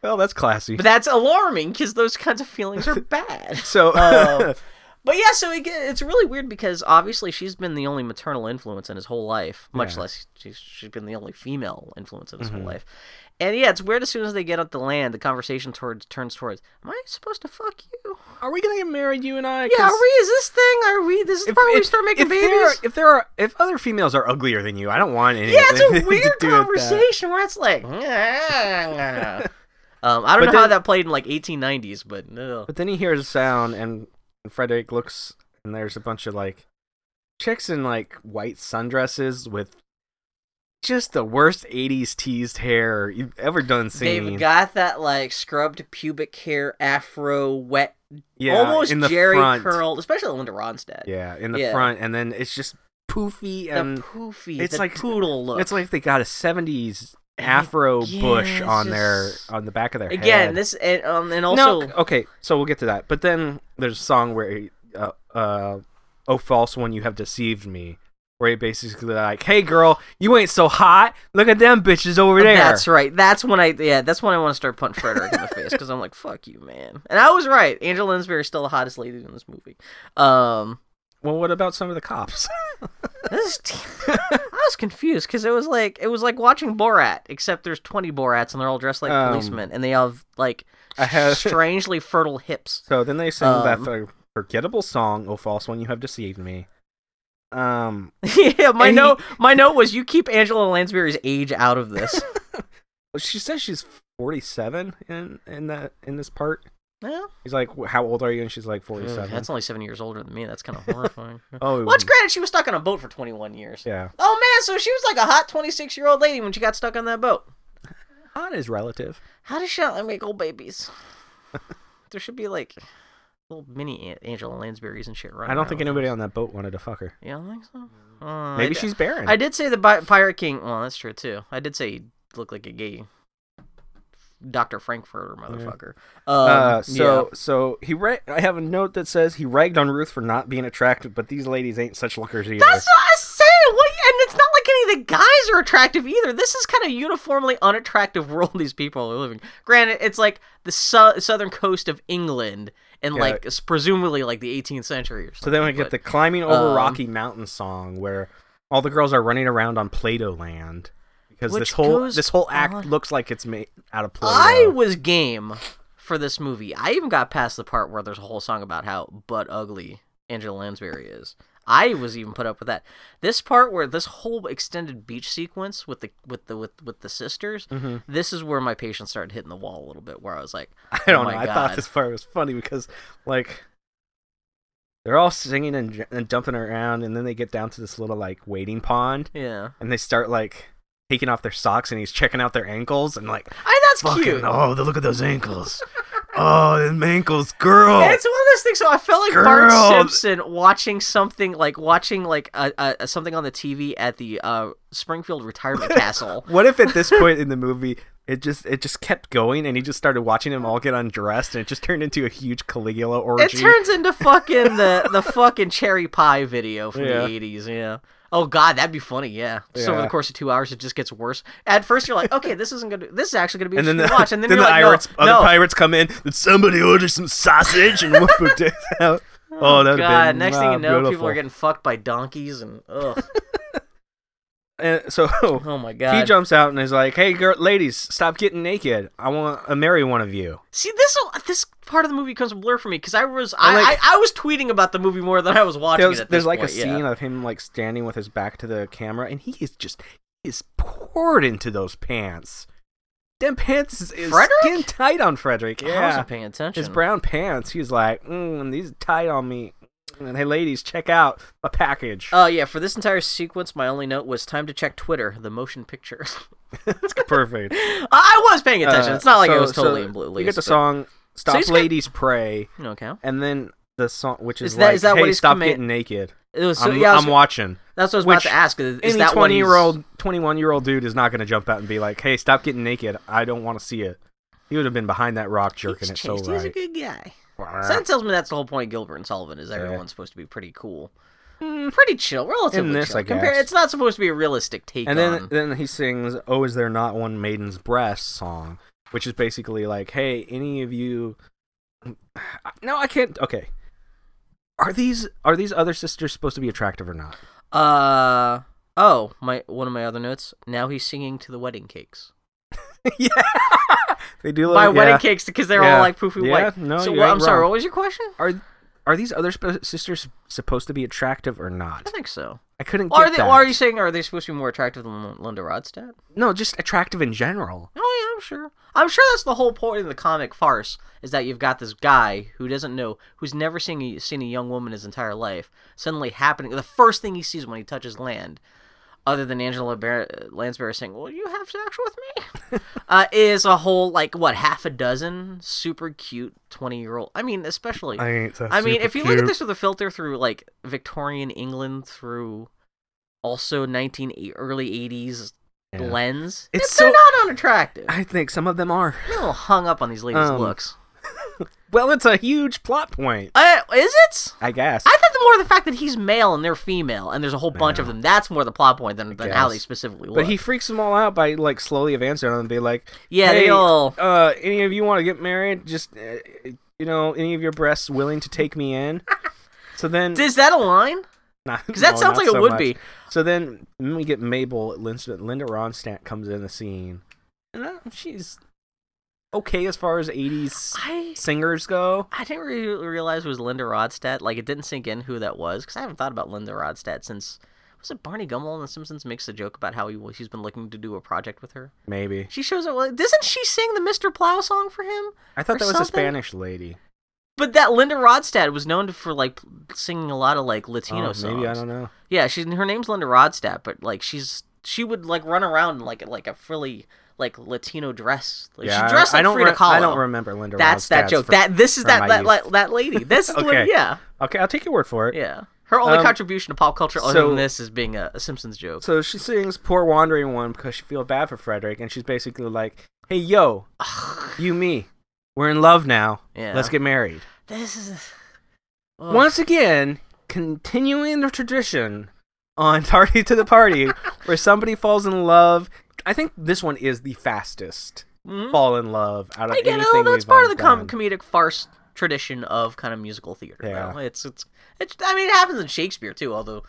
S1: Well, that's classy.
S2: but that's alarming because those kinds of feelings are bad
S1: So
S2: Oh. but yeah so it, ge- it's really weird because obviously she's been the only maternal influence in his whole life much
S1: Yeah.
S2: less she's, she's been the only female influence in his whole life and yeah it's weird as soon as they get up the land the conversation towards turns towards am i supposed to fuck you
S1: are we gonna get married, you and I?
S2: um, yeah
S1: 'Cause
S2: are we is this thing are we this is the part where we
S1: if-
S2: start making
S1: if
S2: babies
S1: There are, if there are if other females are uglier than you, I don't want anything.
S2: Yeah, it's
S1: to
S2: a weird
S1: do with that.
S2: conversation where it's like, um, I don't
S1: But
S2: know how
S1: then-
S2: that played in like 1890s, but no.
S1: But then he hears a sound, and, and Frederick looks, and there's a bunch of like chicks in like white sundresses with just the worst '80s teased hair you've ever done seen.
S2: They've got that like scrubbed pubic hair, afro, wet,
S1: yeah,
S2: almost
S1: in the
S2: Jerry
S1: front.
S2: curl, especially Linda Ronstadt.
S1: Yeah, in the
S2: Yeah.
S1: front, and then it's just poofy,
S2: The
S1: and
S2: poofy,
S1: it's
S2: the
S1: like-
S2: poodle look.
S1: it's like they got a '70s
S2: And
S1: afro
S2: again,
S1: bush
S2: it's
S1: on their
S2: just-
S1: on the back of their head.
S2: again this and um and also
S1: no, okay, so we'll get to that. But then there's a song where, uh, uh, "Oh False One, You Have Deceived Me," where he basically like, "Hey girl, you ain't so hot. Look at them bitches over there."
S2: That's right. That's when I yeah. That's when I want to start punting Frederick in the face because I'm like, fuck you, man. And I was right. Angela Lansbury is still the hottest lady in this movie. Um,
S1: Well, what about some of the cops?
S2: This is I was confused because it was like it was like watching Borat, except there's 20 Borats and they're all dressed like
S1: Um,
S2: policemen, and they all have like
S1: I have-
S2: strangely fertile hips.
S1: so then they sing that
S2: Um.
S1: for- forgettable song, "Oh False One, You Have Deceived Me." Um,
S2: yeah, my
S1: And he-
S2: note my note was you keep Angela Lansbury's age out of this.
S1: she says she's 47 in in that in this part.
S2: well,
S1: He's like, "Wh- "How old are you?" And she's like, "47."
S2: that's only seven years older than me. That's kind of horrifying.
S1: oh,
S2: well, it's granted she was stuck on a boat for 21 years.
S1: yeah.
S2: Oh man, so she was like a hot 26 year old lady when she got stuck on that boat.
S1: Hot is relative.
S2: How does she not like, make old babies? there should be like little mini An- Angela Lansbury's and shit running.
S1: I don't
S2: around
S1: think
S2: with
S1: anybody on that boat wanted to fuck her.
S2: You don't think so? Uh,
S1: Maybe
S2: I,
S1: she's barren.
S2: I did say the bi- Pirate King. Well, that's true too. I did say he looked like a gay Dr. Frankfurter motherfucker. Um,
S1: uh, so so he ra- I have a note that says he ragged on Ruth for not being attractive, but these ladies ain't such lookers either.
S2: yeah. that's what I said. What? And it's not like any of the guys are attractive either. This is kind of uniformly unattractive world these people are living. Granted, it's like the su- southern coast of England and
S1: Yeah.
S2: like s- presumably like the 18th century or something.
S1: so then we get the
S2: but-
S1: climbing over
S2: um,
S1: Rocky Mountain song where all the girls are running around on Play-Doh land because
S2: Which
S1: this whole
S2: goes
S1: this whole act
S2: on-
S1: looks like it's made out of Play-Doh.
S2: I was game for this movie. I even got past the part where there's a whole song about how butt ugly Angela Lansbury is. I was even put up with that. This part where this whole extended beach sequence with the with the with, with the sisters,
S1: Mhm.
S2: this is where my patience started hitting the wall a little bit. Where I was like,
S1: I don't
S2: oh
S1: know.
S2: my
S1: I thought
S2: God.
S1: this part was funny because like they're all singing and, j- and dumping around, and then they get down to this little like wading pond,
S2: yeah,
S1: and they start like taking off their socks, and he's checking out their ankles, and like
S2: I that's
S1: fucking
S2: cute.
S1: oh the look at those ankles oh them ankles girl
S2: It's one of those things. So I felt like Bart
S1: Girl.
S2: Simpson watching something like watching like uh, uh, something on the TV at the uh, Springfield Retirement Castle.
S1: what if at this point in the movie it just it just kept going and he just started watching them all get undressed and it just turned into a huge caligula orgy
S2: It turns into fucking the the fucking cherry pie video from
S1: Yeah.
S2: the eighties. Yeah. Oh god, that'd be funny. Yeah. Just over
S1: Yeah.
S2: the course of two hours, it just gets worse. At first, you're like, okay, this isn't gonna. This is actually gonna be
S1: and then
S2: interesting
S1: the,
S2: to watch. And then,
S1: the
S2: you're like,
S1: pirates,
S2: no,
S1: other
S2: no.
S1: pirates come in. Did somebody order some sausage? And whoop her dicks out. Oh, that
S2: God. Next thing you know, people are getting fucked by donkeys and ugh.
S1: And so
S2: Oh my
S1: he
S2: god.
S1: jumps out and is like, "Hey, girl, ladies, stop getting naked. I want to marry one of you."
S2: See this this part of the movie becomes a blur for me because I was
S1: And,
S2: I,
S1: like-
S2: I I was tweeting about the movie more than I was watching
S1: There's,
S2: it. At
S1: there's
S2: this
S1: like
S2: point,
S1: a
S2: yeah.
S1: scene of him like standing with his back to the camera, and he is just he is poured into those pants. Them pants is, is
S2: Frederick?
S1: skin tight on Frederick.
S2: I
S1: Yeah,
S2: wasn't paying attention.
S1: his brown pants. He's like, mm, these are tight on me. And hey, ladies, check out my package.
S2: Oh yeah, for this entire sequence, my only note was time to check Twitter, the motion picture.
S1: Perfect.
S2: I- I was paying attention.
S1: Uh,
S2: it's not like I
S1: so-
S2: was totally
S1: so
S2: in blue.
S1: You get the
S2: but-
S1: song "Stop
S2: he's got-
S1: Ladies Pray,"
S2: No count.
S1: and then the song, which is,
S2: Is that-
S1: like,
S2: is that
S1: "Hey,
S2: what he's
S1: stop
S2: command-
S1: getting naked."
S2: It was so,
S1: I'm,
S2: yeah, I
S1: I'm
S2: was-
S1: watching.
S2: that's what I was about
S1: which
S2: to ask. Is is
S1: Any
S2: that what he's-
S1: twenty-year-old, twenty-one-year-old dude is not going to jump out and be like, "Hey, stop getting naked. I don't want to see it." He would have been behind that rock jerking
S2: He's
S1: it so Uh,
S2: changed. He's a
S1: right.
S2: good guy. So that tells me that's the whole point. of Gilbert and Sullivan is everyone's supposed to be pretty cool,
S1: Mm.
S2: pretty chill, relatively
S1: In this,
S2: chill.
S1: I guess.
S2: Compare- it's not supposed to be a realistic take
S1: And
S2: on.
S1: then then he sings "Oh, is there not one maiden's breast" song, which is basically like, "Hey, any of you?" No, I can't. Okay, are these are these other sisters supposed to be attractive or not?
S2: Uh oh, my one of my other notes. Now he's singing to the wedding cakes.
S1: yeah, they do. Look,
S2: By wedding
S1: yeah.
S2: cakes because they're
S1: Yeah.
S2: all like poofy
S1: Yeah,
S2: white.
S1: no,
S2: so
S1: you
S2: what-
S1: ain't
S2: I'm sorry.
S1: wrong.
S2: What was your question?
S1: are are these other sp- sisters supposed to be attractive or
S2: I
S1: not?
S2: think so.
S1: I couldn't get
S2: Or are they?
S1: that.
S2: Or are you saying are they supposed to be more attractive than Lin- Linda Rodstadt?
S1: No, just attractive in general.
S2: Oh yeah, I'm sure. I'm sure that's the whole point of the comic farce is that you've got this guy who doesn't know, who's never seen a, seen a young woman his entire life, suddenly happening. The first thing he sees when he touches land, other than Angela Bar- Lansbury saying, "Will you have sex with me?" uh, is a whole like what half a dozen super cute twenty year old. I mean, especially. I,
S1: ain't that
S2: mean, if you look at this with a filter through like Victorian England through also 19 early 80s lens,
S1: It's
S2: they're
S1: so-
S2: not unattractive.
S1: I think some of them are.
S2: I'm a little hung up on these ladies'
S1: Um,
S2: looks.
S1: Well, it's a huge plot point,
S2: Uh, is it?
S1: I guess.
S2: I thought the more the fact that he's male and they're female, and there's a whole bunch of
S1: Yeah.
S2: them. That's more the plot point than, than how they
S1: guess.
S2: specifically look.
S1: But he freaks them all out by like slowly advancing on them and be like,
S2: yeah,
S1: hey,
S2: they all.
S1: uh, any of you want to get married? Just, uh, you know, any of your breasts willing to take me in? So then,
S2: Is that a line? Because that sounds like it would be.
S1: So then, then we get Mabel. Linda, Linda Ronstadt comes in the scene, and uh, she's okay as far as '80s
S2: I
S1: singers go.
S2: I didn't really realize it was Linda Rodstadt. Like it didn't sink in who that was because I haven't thought about Linda Rodstadt since. Was it Barney Gumble in The Simpsons makes a joke about how he, he's been looking to do a project with her?
S1: Maybe
S2: She shows up. well, Doesn't she sing the Mr. Plow song for him?
S1: I thought
S2: Or
S1: that was a
S2: something?
S1: Spanish lady.
S2: But that Linda Rodstadt was known for like singing a lot of like Latino
S1: Oh,
S2: songs.
S1: maybe I don't know.
S2: Yeah, she's her name's Linda Rodstadt, but like she's she would like run around in like like a frilly like Latino dress. Like,
S1: yeah, I-
S2: she dressed like
S1: I don't.
S2: Frida
S1: re-
S2: Kahlo.
S1: I don't remember Linda.
S2: That's that
S1: Ronstadt's
S2: joke.
S1: fr-
S2: that this is
S1: from
S2: that
S1: my
S2: that,
S1: youth.
S2: like, that lady. This is
S1: Okay.
S2: Lin- yeah
S1: Okay, I'll take your word for it.
S2: yeah. Her only
S1: Um,
S2: contribution to pop culture other
S1: so-
S2: than this is being a, a Simpsons joke.
S1: So she sings "Poor Wandering One" because she feels bad for Frederick, and she's basically like, "Hey, yo, you, me, we're in love now.
S2: Yeah.
S1: Let's get married."
S2: this is Ugh.
S1: Once again, continuing the tradition on "Party to the Party," where somebody falls in love. I think this one is the fastest
S2: Mhm.
S1: fall in love out of
S2: I get it. Oh,
S1: anything
S2: That's
S1: we've
S2: part of the
S1: undone.
S2: com- comedic farce tradition of kind of musical theater.
S1: Yeah.
S2: though. It's, it's it's I mean it happens in Shakespeare too, although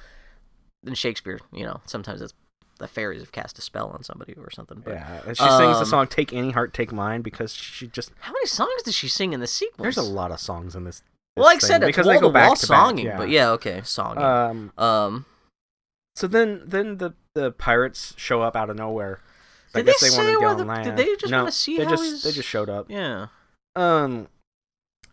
S2: in Shakespeare, you know, sometimes it's the fairies have cast a spell on somebody or something. But
S1: Yeah, and she sings the
S2: Um,
S1: song "Take Any Heart, Take Mine" because she just
S2: how many songs does she sing in the
S1: there's
S2: sequence?
S1: a lot of songs in this. this
S2: Well, like I
S1: thing,
S2: said, it's
S1: because
S2: wall
S1: they go
S2: to
S1: back
S2: wall
S1: to back,
S2: songing, but yeah, okay, songing.
S1: Um,
S2: um,
S1: so then, then the the pirates show up out of nowhere. So I
S2: Did they
S1: guess they wanted
S2: say
S1: to
S2: where
S1: go on
S2: the- did
S1: land.
S2: they just
S1: no,
S2: wanna see
S1: They
S2: how
S1: just
S2: he's-
S1: they just showed up.
S2: yeah.
S1: Um,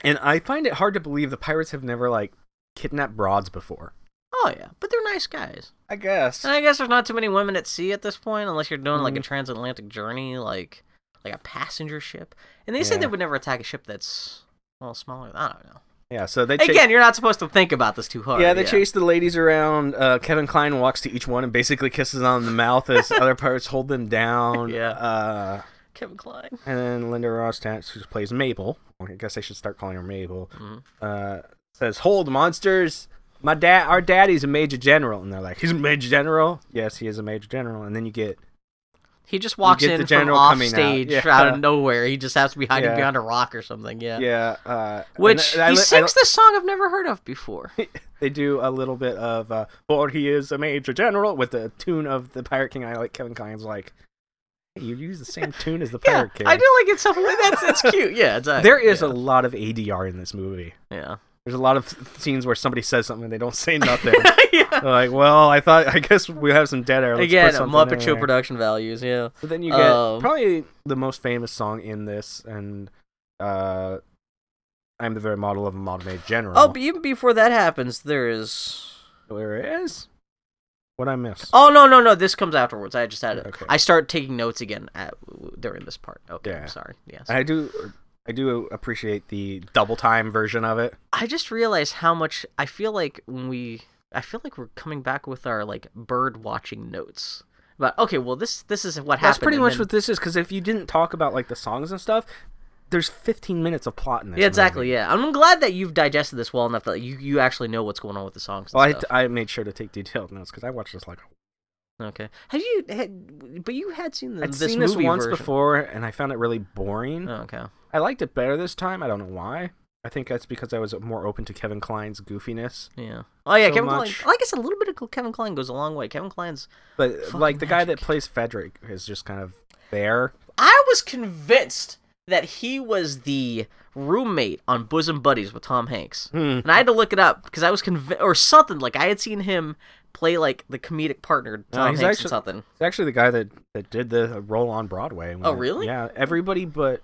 S1: and I find it hard to believe the pirates have never like kidnapped broads before. Uh,
S2: Oh yeah, but they're nice guys.
S1: I guess.
S2: And I guess there's not too many women at sea at this point, unless you're doing like a
S1: Mhm.
S2: transatlantic journey, like like a passenger ship. And they said they
S1: Yeah.
S2: would never attack a ship that's well smaller. I don't know.
S1: Yeah. So they cha-
S2: Again, you're not supposed to think about this too hard.
S1: yeah, they chase the ladies around. Uh, Kevin Klein walks to each one and basically kisses on the mouth as other pirates hold them down.
S2: Yeah.
S1: Uh,
S2: Kevin Klein.
S1: and then Linda Ronstadt, who plays Mabel, or I guess I should start calling her Mabel,
S2: Mhm.
S1: uh, says, "Hold, monsters! My dad, our daddy's a major general," and they're like, "He's a major general? Yes, he is a major general." And then you get
S2: He just walks
S1: get the
S2: in from
S1: general
S2: off
S1: coming out,
S2: stage out.
S1: yeah.
S2: of nowhere. He just has to be hiding
S1: Yeah.
S2: behind a rock or something. Yeah.
S1: Yeah. Uh,
S2: Which
S1: and I- I
S2: he
S1: li- I
S2: sings this song I've never heard of before.
S1: they do a little bit of uh for he is a major general with the tune of the pirate king i like kevin Kline's like hey, you use the same tune as the
S2: yeah,
S1: pirate king
S2: I do like it. Something that's that's cute. Yeah, exactly.
S1: there is
S2: yeah.
S1: a lot of adr in this movie
S2: yeah.
S1: there's a lot of scenes where somebody says something and they don't say nothing
S2: yeah.
S1: They're like well i thought i guess we have some dead air Let's
S2: Again,
S1: put something in
S2: Muppet Show
S1: there."
S2: production values. Yeah.
S1: But then you get
S2: Um,
S1: probably the most famous song in this and uh i'm the very model of a modern day general
S2: Oh, but even before that happens, there is.
S1: where is what i miss
S2: Oh no no no! This comes afterwards. I just had it.
S1: Okay.
S2: I start taking notes again at, during this part. Okay,
S1: Yeah.
S2: I'm sorry. Yes.
S1: I do I do appreciate the double time version of it.
S2: I just realized how much I feel like when we I feel like we're coming back with our like bird watching notes. But okay, well this this is what
S1: That's
S2: happened.
S1: pretty
S2: and
S1: much
S2: then-
S1: what this is cuz if you didn't talk about like the songs and stuff, there's 15 minutes of plot in this.
S2: Yeah, exactly. Yeah, I'm glad that you've digested this well enough that you you actually know what's going on with the songs. and
S1: Well, I,
S2: stuff.
S1: I made sure to take detailed notes because I watched this like
S2: okay. Have you? Had, but you had seen the,
S1: I'd
S2: this
S1: seen
S2: movie
S1: this once
S2: version.
S1: before and I found it really boring.
S2: Oh, okay.
S1: I liked it better this time. I don't know why. I think that's because I was more open to Kevin Klein's goofiness.
S2: Yeah. Oh yeah,
S1: So
S2: Kevin
S1: much.
S2: Klein. Like I said, a little bit of Kevin Klein goes a long way. Kevin Klein's.
S1: But like
S2: Fucking
S1: the guy that
S2: magic.
S1: plays Frederick is just kind of there.
S2: I was convinced that he was the roommate on Bosom Buddies with Tom Hanks.
S1: Hmm.
S2: and I had to look it up because I was convinced or something like I had seen him play like the comedic partner to Tom
S1: he's
S2: Hanks
S1: actu-
S2: or something.
S1: It's actually the guy that, that did the role on Broadway. when
S2: Oh,
S1: it-
S2: really?
S1: Yeah, everybody but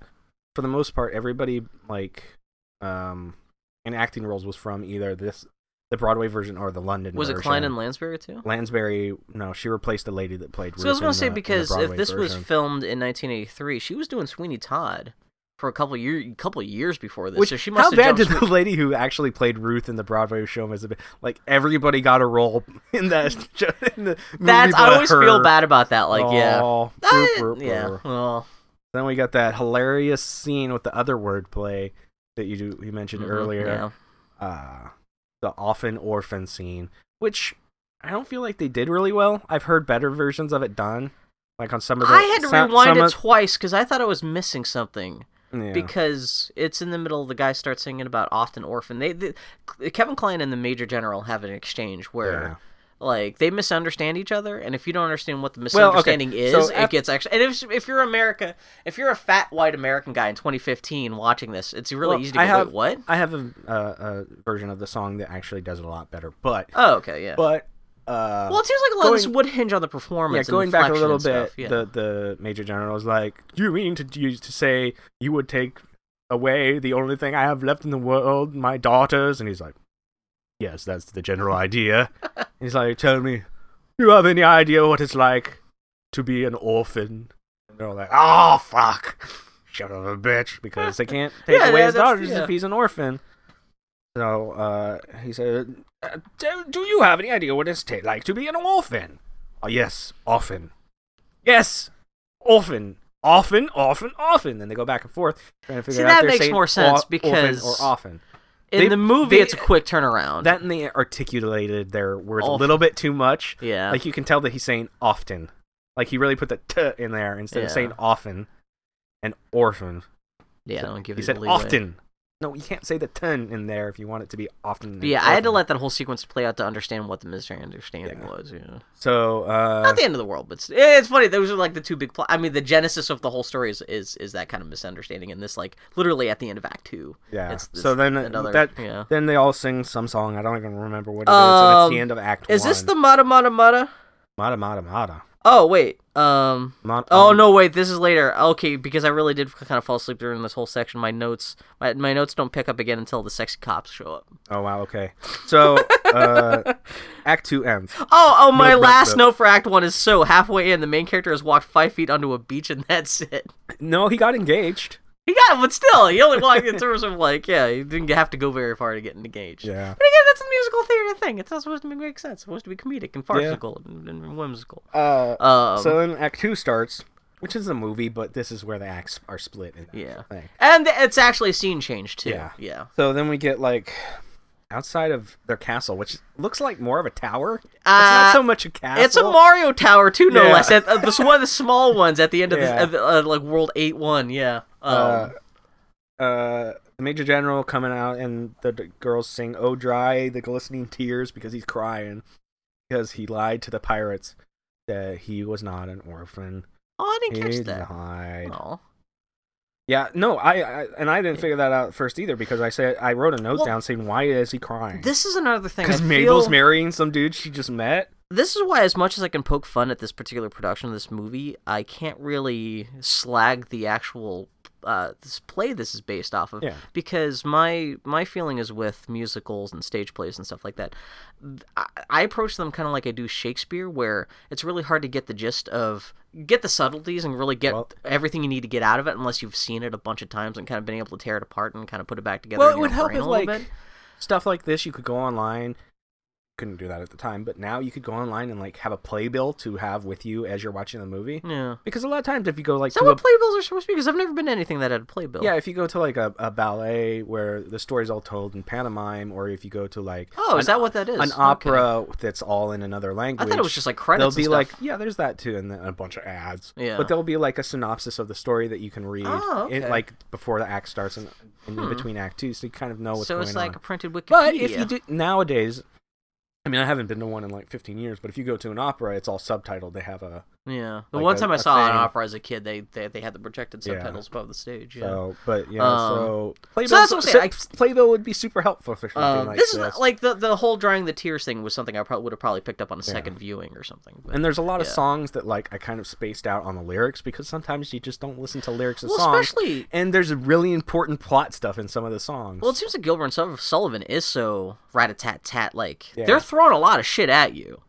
S1: for the most part, everybody like um in acting roles was from either this the Broadway version or the London
S2: Was it
S1: version.
S2: Klein and Lansbury too?
S1: Lansbury? No, she replaced the lady that played.
S2: So I was
S1: Ruth
S2: gonna
S1: in the-
S2: say
S1: in the
S2: because if
S1: Broadway
S2: this was
S1: version.
S2: filmed in 1983, she was doing Sweeney Todd for a couple year couple years before this,
S1: Which,
S2: so she
S1: how
S2: must
S1: bad
S2: have
S1: did
S2: jumped.
S1: the lady who actually played Ruth in the Broadway show must have been? Like everybody got a role in that. In the movie
S2: That's I
S1: but
S2: always
S1: her. Oh,
S2: feel bad about that. Like yeah.
S1: Aw,
S2: I-
S1: burp, burp,
S2: yeah.
S1: burp.
S2: Well,
S1: Then we got that hilarious scene with the other wordplay that you do you mentioned
S2: mhm,
S1: earlier. Uh, the often orphan scene, which I don't feel like they did really well. I've heard better versions of it done, like on some
S2: yeah.
S1: of the.
S2: I had to
S1: some-
S2: rewind
S1: some
S2: it
S1: of-
S2: twice because I thought I was missing something.
S1: yeah.
S2: because it's in the middle the guy starts singing about often orphan they, they kevin klein and the major general have an exchange where like they misunderstand each other and if you don't understand what the
S1: Well, okay,
S2: misunderstanding is
S1: so
S2: it
S1: af-
S2: gets actually and if, if you're america if you're a fat white american guy in 2015 watching this it's really
S1: Well,
S2: easy to go
S1: I have-
S2: wait what
S1: I have a, uh, a version of the song that actually does it a lot better, but
S2: oh okay yeah
S1: but uh,
S2: well it seems like a lot of this
S1: going-
S2: would hinge on the
S1: yeah,
S2: performance and
S1: going back a
S2: inflection
S1: little
S2: and
S1: bit,
S2: stuff, yeah.
S1: the the major general is like, "You mean to you to say you would take away the only thing I have left in the world, my daughters?" And he's like, "Yes, that's the general idea." he's like, "Tell me, do you have any idea what it's like to be an orphan?" And they're all like, "Oh fuck, shut up, a bitch," because they can't take
S2: Yeah,
S1: away
S2: yeah,
S1: his
S2: that's-
S1: daughters
S2: yeah.
S1: if he's an orphan. So uh, he said, uh, do- "Do you have any idea what it's ta- like to be an orphan?" Oh, yes, often. Yes, often, often, often, often. Then they go back and forth trying to figure
S2: See,
S1: out.
S2: that
S1: if they're
S2: makes
S1: saying
S2: more sense
S1: orphan
S2: because-
S1: or often
S2: in
S1: they-
S2: the movie
S1: they-
S2: it's a quick turnaround
S1: that and they articulated their words a
S2: Often.
S1: little bit too much.
S2: yeah
S1: Like you can tell that he's saying often. Like he really put the t in there instead of
S2: Yeah.
S1: saying often and orphan.
S2: yeah i don't give
S1: He
S2: it
S1: said
S2: leeway.
S1: often. No, you can't say the ten in there if you want it to be often. and
S2: But yeah, I had to
S1: orphan.
S2: let that whole sequence play out to understand what the misunderstanding
S1: Yeah.
S2: was. You know,
S1: So uh,
S2: not the end of the world, but it's, it's funny. Those are like the two big. Pl- I mean, the genesis of the whole story is, is is that kind of misunderstanding, and this like literally at the end of Act Two.
S1: yeah.
S2: it's-
S1: so
S2: it's
S1: then
S2: another-
S1: that
S2: yeah.
S1: Then they all sing some song. I don't even remember what it is. and it's
S2: Um,
S1: the end of Act
S2: Is
S1: One.
S2: this the Mata Mata Mata?
S1: Mata Mata Mata?
S2: Oh wait, um.
S1: Mata
S2: Oh no! Wait, this is later. Okay, because I really did kind of fall asleep during this whole section. My notes, my, my notes don't pick up again until the sexy cops show up.
S1: Oh wow. Okay. So uh, Act Two ends.
S2: Oh, oh! My
S1: Note
S2: last
S1: that-
S2: note for Act One is so halfway in, the main character has walked five feet onto a beach, and that's it.
S1: No, he got engaged.
S2: He got it, but still, he only walked in terms of like, yeah, he didn't have to go very far to get engaged.
S1: Yeah.
S2: But again, that's a musical theater thing. It's not supposed to make sense. It's supposed to be comedic and farcical and, and whimsical.
S1: Uh,
S2: Um,
S1: so then Act Two starts, which is a movie, but this is where the acts are split. In that
S2: Yeah.
S1: Thing.
S2: and th- it's actually a scene change too.
S1: Yeah.
S2: yeah.
S1: So then we get like outside of their castle, which looks like more of a tower. It's
S2: Uh,
S1: not so much a castle.
S2: It's a Mario Tower too, no
S1: Yeah.
S2: less. At, uh, this one of the small ones at the end of
S1: Yeah.
S2: this, uh, uh, like World Eight One. Yeah. Um,
S1: Uh, uh, the major general coming out, and the d- girls sing "Oh, dry the glistening tears" because he's crying because he lied to the pirates that he was not an orphan.
S2: oh, I
S1: He
S2: didn't catch that.
S1: lied.
S2: Oh.
S1: Yeah, no, I, I and I didn't figure that out first either because I said I wrote a note
S2: Well,
S1: down saying why is he crying?
S2: This is another thing. I
S1: Because Mabel's
S2: feel-
S1: marrying some dude she just met.
S2: this is why, as much as I can poke fun at this particular production of this movie, I can't really slag the actual uh, this play this is based off of.
S1: Yeah.
S2: Because my my feeling is with musicals and stage plays and stuff like that. I, I approach them kind of like I do Shakespeare, where it's really hard to get the gist of get the subtleties and really get
S1: Well-
S2: everything you need to get out of it unless you've seen it a bunch of times and kind of been able to tear it apart and kind of put it back together.
S1: Well,
S2: in
S1: it
S2: your
S1: would help
S2: brain
S1: if
S2: a little
S1: like
S2: bit.
S1: stuff like this. You could go online. Couldn't do that at the time, but now you could go online and like have a playbill to have with you as you're watching the movie.
S2: yeah.
S1: Because a lot of times, if you go like
S2: Is that
S1: to a,
S2: Hmm. what playbills are supposed to be? Because I've never been to anything that had a playbill.
S1: yeah, if you go to like a, a ballet where the story's all told in pantomime, or if you go to like
S2: Oh, is
S1: an-
S2: that what that is?
S1: an
S2: Okay.
S1: opera that's all in another
S2: I
S1: language?
S2: thought it was just like credits.
S1: There'll be
S2: and
S1: like,
S2: stuff.
S1: yeah, there's that too, and then a bunch of ads.
S2: Yeah.
S1: But there'll be like a synopsis of the story that you can read,
S2: Oh,
S1: in-
S2: okay.
S1: like before the act starts and, and
S2: Hmm.
S1: in between act two, so you kind of know oh, what's
S2: so
S1: going
S2: it's like
S1: on.
S2: a printed Wikipedia.
S1: But if you do nowadays, I mean, I haven't been to one in like 15 years. But if you go to an opera, it's all subtitled. They have a
S2: yeah, the
S1: like
S2: one
S1: a-
S2: time I
S1: a
S2: saw an
S1: thing.
S2: opera as a kid, they they, they had the projected
S1: Yeah.
S2: subtitles above the stage. Yeah.
S1: so, but yeah,
S2: Um,
S1: so
S2: so that's what I'm saying,
S1: so playbill would be super helpful for something
S2: Um,
S1: like
S2: this
S1: this.
S2: is not- like the the whole drying the tears thing was something I probably would have probably picked up on a
S1: Yeah.
S2: second viewing or something. But,
S1: and there's a lot of
S2: yeah.
S1: songs that like I kind of spaced out on the lyrics because sometimes you just don't listen to lyrics of
S2: well,
S1: songs.
S2: especially
S1: and there's really important plot stuff in some of the songs.
S2: well, it seems like Gilbert and Sul- Sullivan is so rat a tat tat. Like
S1: Yeah.
S2: they're throwing a lot of shit at you,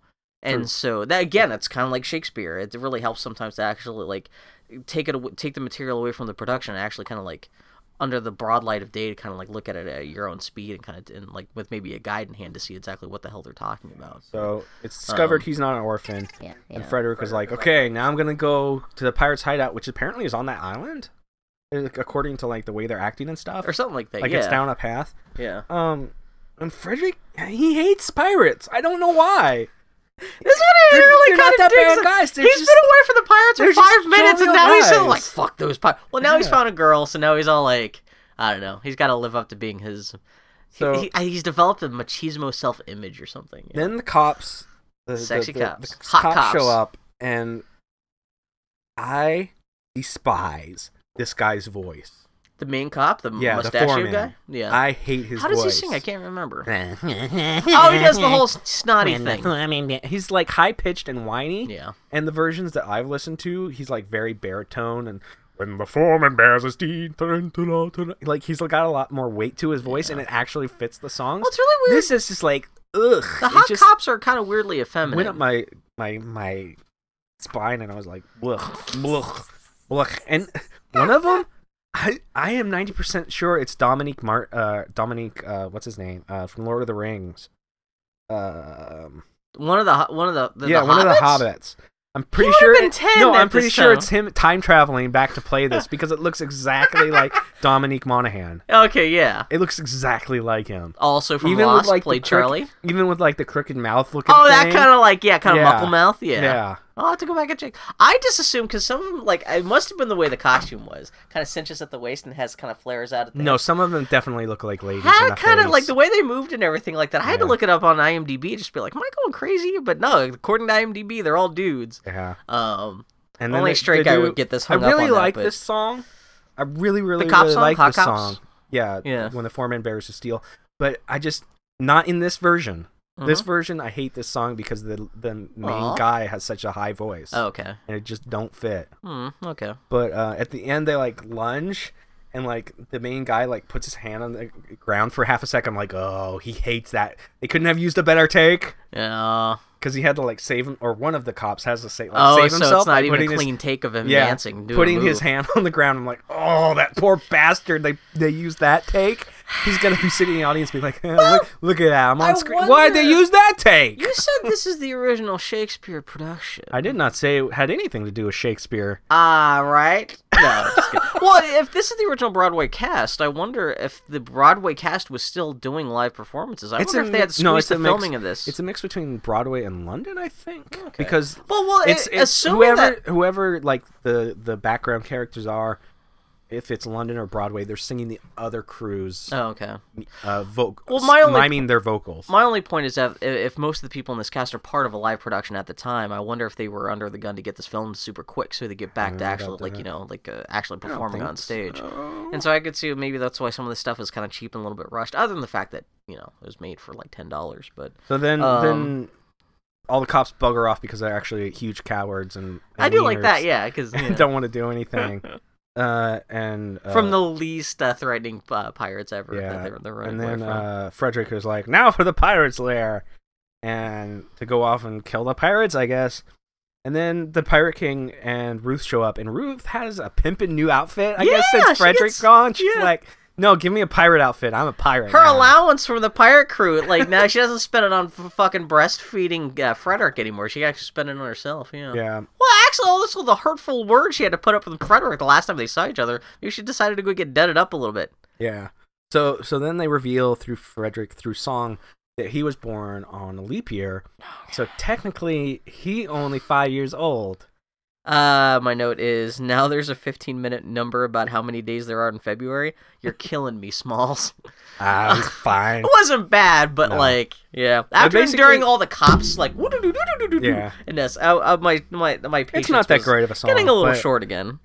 S2: and
S1: True.
S2: so that again, it's kind of like Shakespeare. It really helps sometimes to actually like take it aw- take the material away from the production and actually kind of like under the broad light of day to kind of like look at it at your own speed and kind of and like with maybe a guide in hand to see exactly what the hell they're talking about.
S1: so it's discovered
S2: Um,
S1: he's not an orphan,
S3: Yeah,
S1: and
S3: yeah.
S1: Frederick was like, "Okay, now I'm gonna go to the pirates' hideout, which apparently is on that island, eh, like, according to like the way they're acting and stuff.
S2: or something like that.
S1: like
S2: yeah.
S1: it's down a path."
S2: Yeah.
S1: Um, and Frederick, he hates pirates. I don't know why.
S2: This is what
S1: They're-
S2: it really
S1: they're not that
S2: kind of
S1: bad
S2: digs.
S1: guys,
S2: He's
S1: they're just-
S2: been away from the pirates for
S1: they're just
S2: five minutes, and
S1: jovial
S2: now he's still
S1: guys.
S2: like, "Fuck those pirates." Well, now he's
S1: Yeah.
S2: found a girl, so now he's all like, I don't know. He's got to live up to being his.
S1: So-
S2: he, he- he's developed a machismo self-image or something. yeah.
S1: Then the cops, the the-
S2: Sexy
S1: the- the
S2: cops. Hot cops.
S1: show up, and I despise this guy's voice.
S2: the main cop, the
S1: Yeah, the
S2: mustachio
S1: foreman.
S2: guy. Yeah.
S1: I hate his.
S2: How does
S1: voice.
S2: he sing? I can't remember.
S3: oh,
S2: oh, he does the whole s- snotty thing.
S1: He's like high pitched and whiny.
S2: Yeah.
S1: And the versions that I've listened to, he's like very baritone and when the foreman bears his deed, dun, dun, dun, dun. like he's got a lot more weight to his voice, and it actually fits the songs.
S2: Well, it's really weird.
S1: This is just like ugh.
S2: the
S1: it
S2: hot
S1: just
S2: cops are kind of weirdly effeminate.
S1: went up my my my spine, and I was like, blech, blech, blech. And one of them, I I am ninety percent sure it's Dominique Mar uh Dominique uh what's his name uh from Lord of the Rings, um
S2: one of the ho- one of the, the
S1: yeah
S2: the
S1: one of the
S2: hobbits?
S1: hobbits. I'm pretty
S2: would've
S1: sure.
S2: been
S1: it-
S2: 10
S1: no,
S2: at
S1: I'm pretty
S2: this
S1: sure
S2: time.
S1: it's him time traveling back to play this because it looks exactly like Dominique Monaghan.
S2: Okay, yeah.
S1: It looks exactly like him.
S2: Also from
S1: Even with,
S2: Lost,
S1: like, the
S2: played
S1: crook-
S2: Charlie.
S1: Even with like the crooked mouth looking.
S2: Oh, that
S1: thing.
S2: kind of like yeah, kind of
S1: Yeah.
S2: muckle mouth. Yeah.
S1: yeah.
S2: I'll have to go back and check. I just assumed because some of them like it must have been the way the costume was, kind of cinches at the waist and has kind of flares out at the.
S1: No, some of them definitely look like ladies. in
S2: Had
S1: the
S2: kind of
S1: face.
S2: like the way they moved and everything like that. I had to
S1: Yeah.
S2: look it up on IMDb, just be like, "Am I going crazy?" But no, according to IMDb, they're all dudes.
S1: Yeah.
S2: Um,
S1: And
S2: only
S1: they-
S2: straight
S1: they
S2: guy
S1: do-
S2: would get this
S1: I
S2: hung up
S1: really
S2: on that,
S1: like
S2: but-
S1: this song. I really, really,
S2: cop
S1: really
S2: song?
S1: like
S2: Hot
S1: this
S2: Cops?
S1: song. Yeah,
S2: Yeah.
S1: When the foreman bears his steel, but I just not in this version. This
S2: Mhm.
S1: version, I hate this song because the the main
S2: Aw.
S1: guy has such a high voice,
S2: Oh, okay.
S1: and it just don't fit.
S2: Hmm. Okay.
S1: But uh, at the end, they like lunge, and like the main guy like puts his hand on the ground for half a second. I'm like, oh, he hates that. They couldn't have used a better take.
S2: Yeah.
S1: because he had to like save him, or one of the cops has to say, like,
S2: oh,
S1: save
S2: so
S1: himself
S2: it's not
S1: by
S2: even a
S1: putting his-
S2: clean take of him
S1: yeah,
S2: dancing, doing a
S1: putting his
S2: move.
S1: hand on the ground. I'm like, oh, that poor bastard. They they used that take. He's gonna be sitting in the audience, being like, eh, look, look at that. I'm on
S2: I
S1: screen. Why'd they
S2: wonder-
S1: use that take?
S2: You said this is the original Shakespeare production.
S1: I did not say it had anything to do with Shakespeare.
S2: Ah, right. No, I'm just kidding. well, if this is the original Broadway cast, I wonder if the Broadway cast was still doing live performances. I
S1: It's
S2: wonder
S1: a
S2: if they had
S1: mix-
S2: squeezed
S1: no, it's
S2: the
S1: a mix.
S2: filming of this.
S1: It's a mix between Broadway and London, I think,
S2: Okay.
S1: because
S2: well, well,
S1: it's,
S2: it-
S1: it's
S2: assuming
S1: whoever
S2: that
S1: whoever like the the background characters are. If it's London or Broadway, they're singing the other crew's
S2: Oh, okay.
S1: uh, vocals.
S2: Well, my only-
S1: miming their vocals.
S2: My only point is that i- if most of the people in this cast are part of a live production at the time, I wonder if they were under the gun to get this filmed super quick so they get back to
S1: I
S2: actually,
S1: doubt
S2: like
S1: Uh, that.
S2: you know, like uh, actually
S1: I don't
S2: performing
S1: think
S2: on stage.
S1: so.
S2: And so I could see maybe that's why some of this stuff is kind of cheap and a little bit rushed. Other than the fact that you know it was made for like ten dollars, but
S1: So then,
S2: Um,
S1: then all the cops bugger off because they're actually huge cowards and,
S2: I do like that,
S1: wieners
S2: yeah, because
S1: and don't want to do anything. uh, and uh,
S2: from the least uh, threatening uh, pirates ever that
S1: Yeah,
S2: they're, they're
S1: and
S2: running away
S1: then
S2: from.
S1: uh, Frederick is like, now for the pirates' lair, and to go off and kill the pirates, I guess. And then the Pirate King and Ruth show up, and Ruth has a pimpin' new outfit. I guess
S2: Yeah,
S1: since
S2: she
S1: Frederick's
S2: gets-
S1: gone, she's
S2: yeah.
S1: like, "No, give me a pirate outfit. I'm a pirate."
S2: her
S1: now."
S2: allowance from the pirate crew, like now she doesn't spend it on f- fucking breastfeeding uh, Frederick anymore. She actually spent it on herself. Yeah.
S1: Yeah,
S2: Well, actually, all this was the hurtful words she had to put up with Frederick the last time they saw each other. Maybe she decided to go get deaded up a little bit.
S1: yeah. So, so then they reveal through Frederick through song that he was born on a leap year. So technically, he only five years old.
S2: Uh, my note is now there's a 15 minute number about how many days there are in February. You're killing me, Smalls. Ah,
S1: I'm fine.
S2: It wasn't bad, but
S1: No.
S2: like, yeah. After
S1: basically-
S2: enduring all the cops, like, woo-doo-doo-doo-doo-doo-doo,
S1: Yeah.
S2: and this, uh, uh, my my my patience
S1: It's not that
S2: was
S1: great of a song.
S2: Getting a little
S1: but-
S2: short again.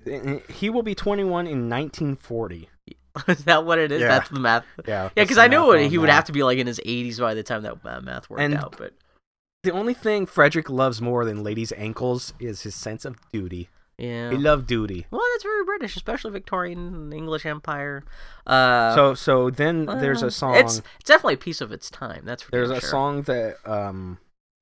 S1: He will be 21 in 1940.
S2: is that what it is?
S1: Yeah.
S2: That's the math.
S1: Yeah.
S2: Yeah, because I knew it- he would have to be like in his 80s by the time that uh, math worked
S1: And-
S2: out. But
S1: The only thing Frederick loves more than ladies' ankles is his sense of duty.
S2: yeah.
S1: He loved duty.
S2: Well, that's very British, especially Victorian English Empire. Uh,
S1: so so then there's
S2: uh,
S1: a song.
S2: It's it's definitely a piece of its time. That's for
S1: there's
S2: damn
S1: a
S2: sure.
S1: song that um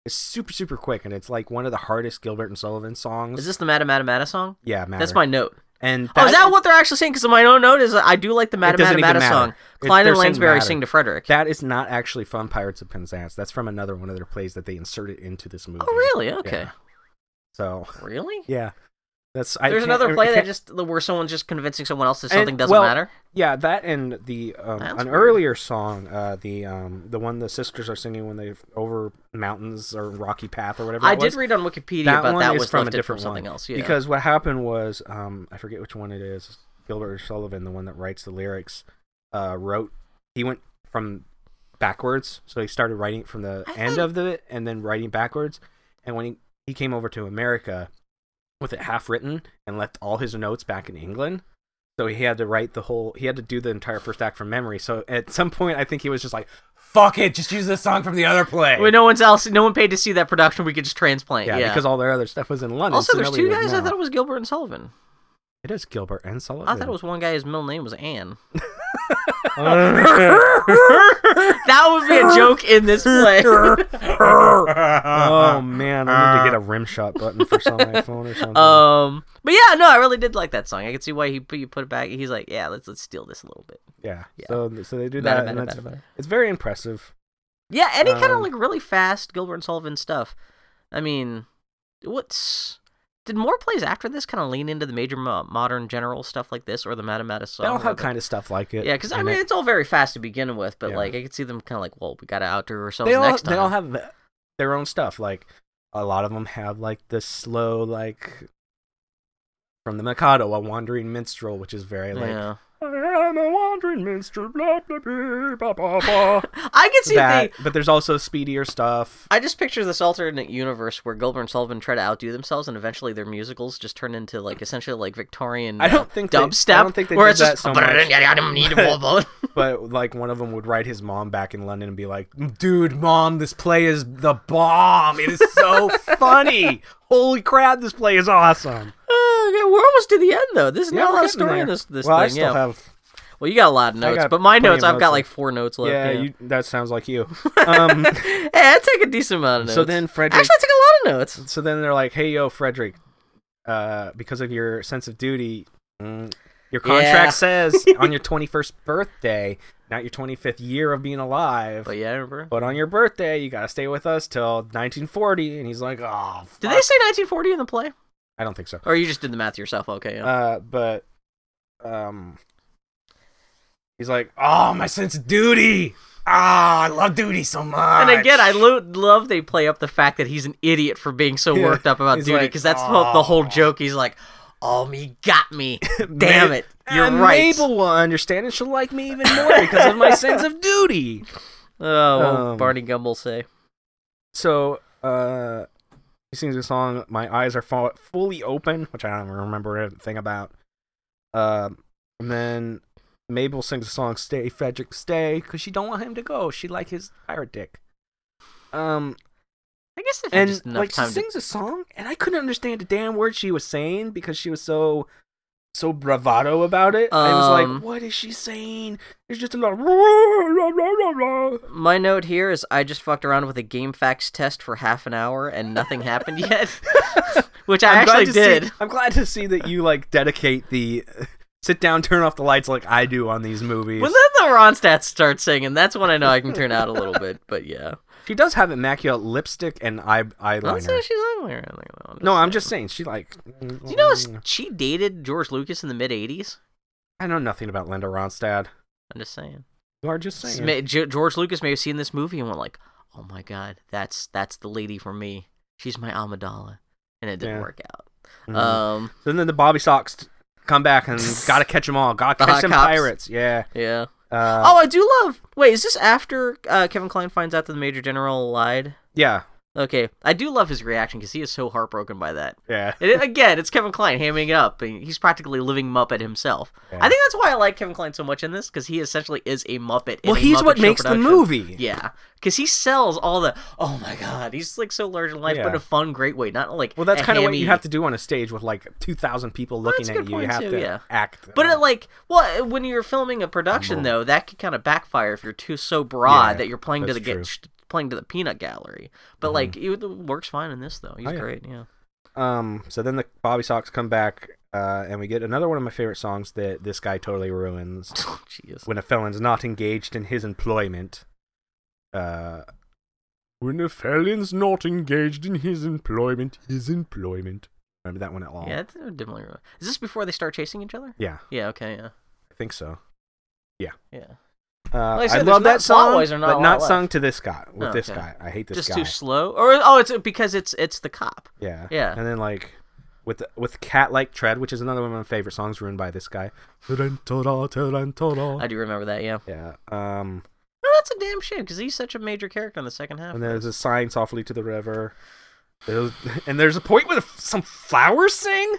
S1: is super super quick and it's like one of the hardest Gilbert and Sullivan songs.
S2: Is this the Mata Mata Mata song?
S1: yeah, matter.
S2: That's my note.
S1: And
S2: oh, is that what they're actually saying? Because my own note is I do like the Mata
S1: doesn't
S2: Mata
S1: even
S2: Mata
S1: matter.
S2: song.
S1: It-
S2: Klein and
S1: they're saying
S2: Lansbury
S1: matter.
S2: sing to Frederick.
S1: That is not actually from Pirates of Penzance. That's from another one of their plays that they inserted into this movie.
S2: oh, really? Okay.
S1: Yeah. So
S2: Really?
S1: yeah, that's I
S2: There's
S1: can't-
S2: another
S1: I
S2: play that
S1: can't-
S2: just where someone's just convincing someone else that
S1: And-
S2: something doesn't
S1: well,
S2: matter.
S1: Yeah, that and the um,
S2: That's
S1: an
S2: weird.
S1: earlier song, uh, the um, the one the sisters are singing when they are over mountains or rocky path or whatever.
S2: I
S1: it was,
S2: did read on Wikipedia,
S1: that
S2: but
S1: one
S2: that
S1: is
S2: was
S1: from a
S2: lifted
S1: different
S2: from something
S1: one,
S2: else. Yeah.
S1: because what happened was um, I forget which one it is. Gilbert Sullivan, the one that writes the lyrics, uh, wrote. He went from backwards, so he started writing from the
S2: I
S1: end
S2: thought-
S1: of the and then writing backwards. And when he, he came over to America with it half written and left all his notes back in England. So he had to write the whole. He had to do the entire first act from memory. So at some point, I think he was just like, "Fuck it, just use this song from the other play."
S2: Well, no one's else. No one paid to see that production. We could just transplant.
S1: yeah,
S2: Yeah.
S1: because all their other stuff was in London.
S2: also,
S1: so
S2: there's
S1: nobody
S2: two
S1: would
S2: guys. I
S1: know.
S2: thought it was Gilbert and Sullivan.
S1: It is Gilbert and Sullivan.
S2: I thought it was one guy. His middle name was Anne.
S1: oh
S2: That would be a joke in this play.
S1: oh, man, I need to get a rim shot button for some iPhone or something.
S2: um, but yeah, no, I really did like that song. I could see why he put you put it back. He's like, yeah, let's let's steal this a little bit.
S1: yeah.
S2: yeah.
S1: So so they do
S2: Meta,
S1: that,
S2: meta,
S1: and that's,
S2: meta, meta.
S1: it's very impressive.
S2: Yeah, any kind of
S1: Um,
S2: like really fast Gilbert and Sullivan stuff. I mean, what's did more plays after this kind of lean into the major mo- modern general stuff like this or the Mata Mata song?
S1: They all
S2: or
S1: have
S2: the-
S1: kind of stuff like it.
S2: Yeah, because I
S1: in
S2: mean
S1: it.
S2: it's all very fast to begin with, but
S1: Yeah.
S2: like I could see them kind of like, well, we got to outdo ourselves
S1: they all
S2: next time.
S1: they all have their own stuff. Like a lot of them have like the slow like from the Mikado, a wandering minstrel, which is very like
S2: yeah.
S1: I am a wandering minstrel, blah blah blah blah blah. blah.
S2: I could see
S1: that,
S2: the.
S1: but there's also speedier stuff.
S2: I just picture this alternate universe where Gilbert and Sullivan try to outdo themselves, and eventually their musicals just turn into like essentially like Victorian
S1: I don't
S2: uh,
S1: think they- I don't
S2: dubstep,
S1: think they
S2: where
S1: did
S2: it's just
S1: that so much.
S2: but-
S1: But like one of them would write his mom back in London and be like, "Dude, mom, this play is the bomb. It is so funny. Holy crap, this play is awesome."
S2: Oh, okay, we're almost to the end though. This is
S1: we're
S2: not a lot
S1: getting
S2: of story in
S1: there.
S2: this this
S1: well,
S2: thing.
S1: I still
S2: yeah.
S1: have.
S2: well, you got a lot of notes,
S1: got
S2: but my
S1: plenty of
S2: notes I've
S1: notes
S2: got like
S1: left.
S2: four notes left.
S1: Yeah,
S2: yeah.
S1: You, that sounds like you. Um,
S2: hey, I take a decent amount of notes.
S1: so then Frederick.
S2: actually, I took a lot of notes.
S1: so then they're like, "Hey, yo, Frederick, uh, because of your sense of duty, mm, your contract
S2: Yeah.
S1: says on your 21st birthday, not your 25th year of being alive."
S2: But yeah, I remember.
S1: But on your birthday, you gotta stay with us till 1940. And he's like, oh,
S2: Did
S1: fuck."
S2: they say 1940 in the play,
S1: I don't think so.
S2: or you just did the math yourself? Okay. Yeah.
S1: Uh, but um, he's like, "Oh, my sense of duty. Ah, I love duty so much."
S2: And again, I lo- love they play up the fact that he's an idiot for being so
S1: Yeah,
S2: worked up about
S1: he's
S2: duty
S1: like,
S2: because that's the- the whole
S1: "Aw."
S2: joke. He's like, "Oh, me got me. Damn
S1: Ma-
S2: it, you're
S1: and
S2: right."
S1: Mabel will understand, and she'll like me even more because of my sense of duty.
S2: Oh, what would
S1: Um,
S2: Barney Gumble say?
S1: So, uh, he sings a song. My eyes are fu- fully open, which I don't remember anything about. Um, and then Mabel sings a song, "Stay, Frederick, Stay," because she don't want him to go. She like his pirate dick. Um,
S2: I guess if had
S1: and
S2: just enough
S1: like she
S2: time to
S1: sings a song, and I couldn't understand a damn word she was saying because she was so so bravado about it. I was
S2: Um,
S1: like, what is she saying? There's just a lot. Of...
S2: My note here is I just fucked around with a game facts test for half an hour and nothing happened yet, which I
S1: I'm glad
S2: actually
S1: to see-
S2: did.
S1: I'm glad to see that you like dedicate the sit down, turn off the lights like I do on these movies.
S2: When then the Ronstats start singing, that's when I know I can turn out a little bit. But yeah,
S1: she does have immaculate lipstick and eye
S2: I'll say
S1: eyeliner.
S2: she's ugly or anything, though,
S1: No, I'm
S2: saying.
S1: just saying Mm. she like.
S2: Do you know s- she dated George Lucas in the mid '80s?
S1: I know nothing about Linda Ronstadt.
S2: I'm just saying.
S1: You are just saying.
S2: Sma- Ge- George Lucas may have seen this movie and went like, "Oh my god, that's that's the lady for me. She's my Amidala," and it didn't
S1: Yeah.
S2: work out.
S1: Mhm.
S2: Um,
S1: So then the Bobby Sox t- come back and gotta catch them all. Gotta
S2: The
S1: catch
S2: hot
S1: them
S2: cops.
S1: pirates. Yeah.
S2: yeah.
S1: Uh,
S2: oh, I do love. Wait, is this after uh, Kevin Klein finds out that the Major General lied?
S1: yeah.
S2: Okay, I do love his reaction because he is so heartbroken by that.
S1: Yeah.
S2: And it- again, it's Kevin Klein hamming it up. and He's practically living Muppet himself.
S1: Yeah.
S2: I think that's why I like Kevin Klein so much in this because he essentially is a Muppet. in
S1: Well,
S2: a
S1: he's
S2: Muppet
S1: what
S2: Show
S1: makes the
S2: production.
S1: movie.
S2: Yeah, because he sells all the. Oh my god, he's like so large in life, but in
S1: Yeah.
S2: a fun, great way. Not like
S1: Well, that's
S2: kind of
S1: what you have to do on a stage with like 2,000 people looking
S2: that's a
S1: at
S2: good
S1: you. You
S2: point,
S1: have
S2: too,
S1: to
S2: yeah.
S1: act.
S2: But it, like, well, when you're filming a production
S1: Humble.
S2: though, that could kind of backfire if you're too so broad
S1: Mm-hmm. Yeah,
S2: that you're playing to the
S1: that's
S2: get,
S1: true.
S2: sh- playing to the peanut gallery. But
S1: Mhm.
S2: like, it works fine in this though. He's
S1: Oh, yeah.
S2: great. Yeah.
S1: Um, so then the Bobby Sox come back, uh, and we get another one of my favorite songs that this guy totally ruins
S2: Jeez.
S1: when a felon's not engaged in his employment. Uh, when a felon's not engaged in his employment, his employment. Remember that one at all?
S2: Yeah, it's a dimly. remember. Is this before they start chasing each other?
S1: Yeah,
S2: Yeah. Okay. Yeah.
S1: I think so.
S2: Yeah.
S1: Uh,
S2: Like I
S1: I,
S2: said,
S1: love
S2: there's not-
S1: that song,
S2: plot-wise, there's not a
S1: but
S2: lot
S1: not
S2: left.
S1: sung to this guy. With this
S2: Okay.
S1: guy, I hate this
S2: Just
S1: guy.
S2: too slow, or oh, it's because it's it's the cop.
S1: Yeah.
S2: Yeah.
S1: And then like with with cat like tread, which is another one of my favorite songs ruined by this guy. Tarantara,
S2: I
S1: tarantara.
S2: do remember that. Yeah.
S1: Yeah. Um.
S2: No, that's a damn shame because he's such a major character in the second half.
S1: And there's a sign softly to the river. There's, and there's a point where some flowers sing.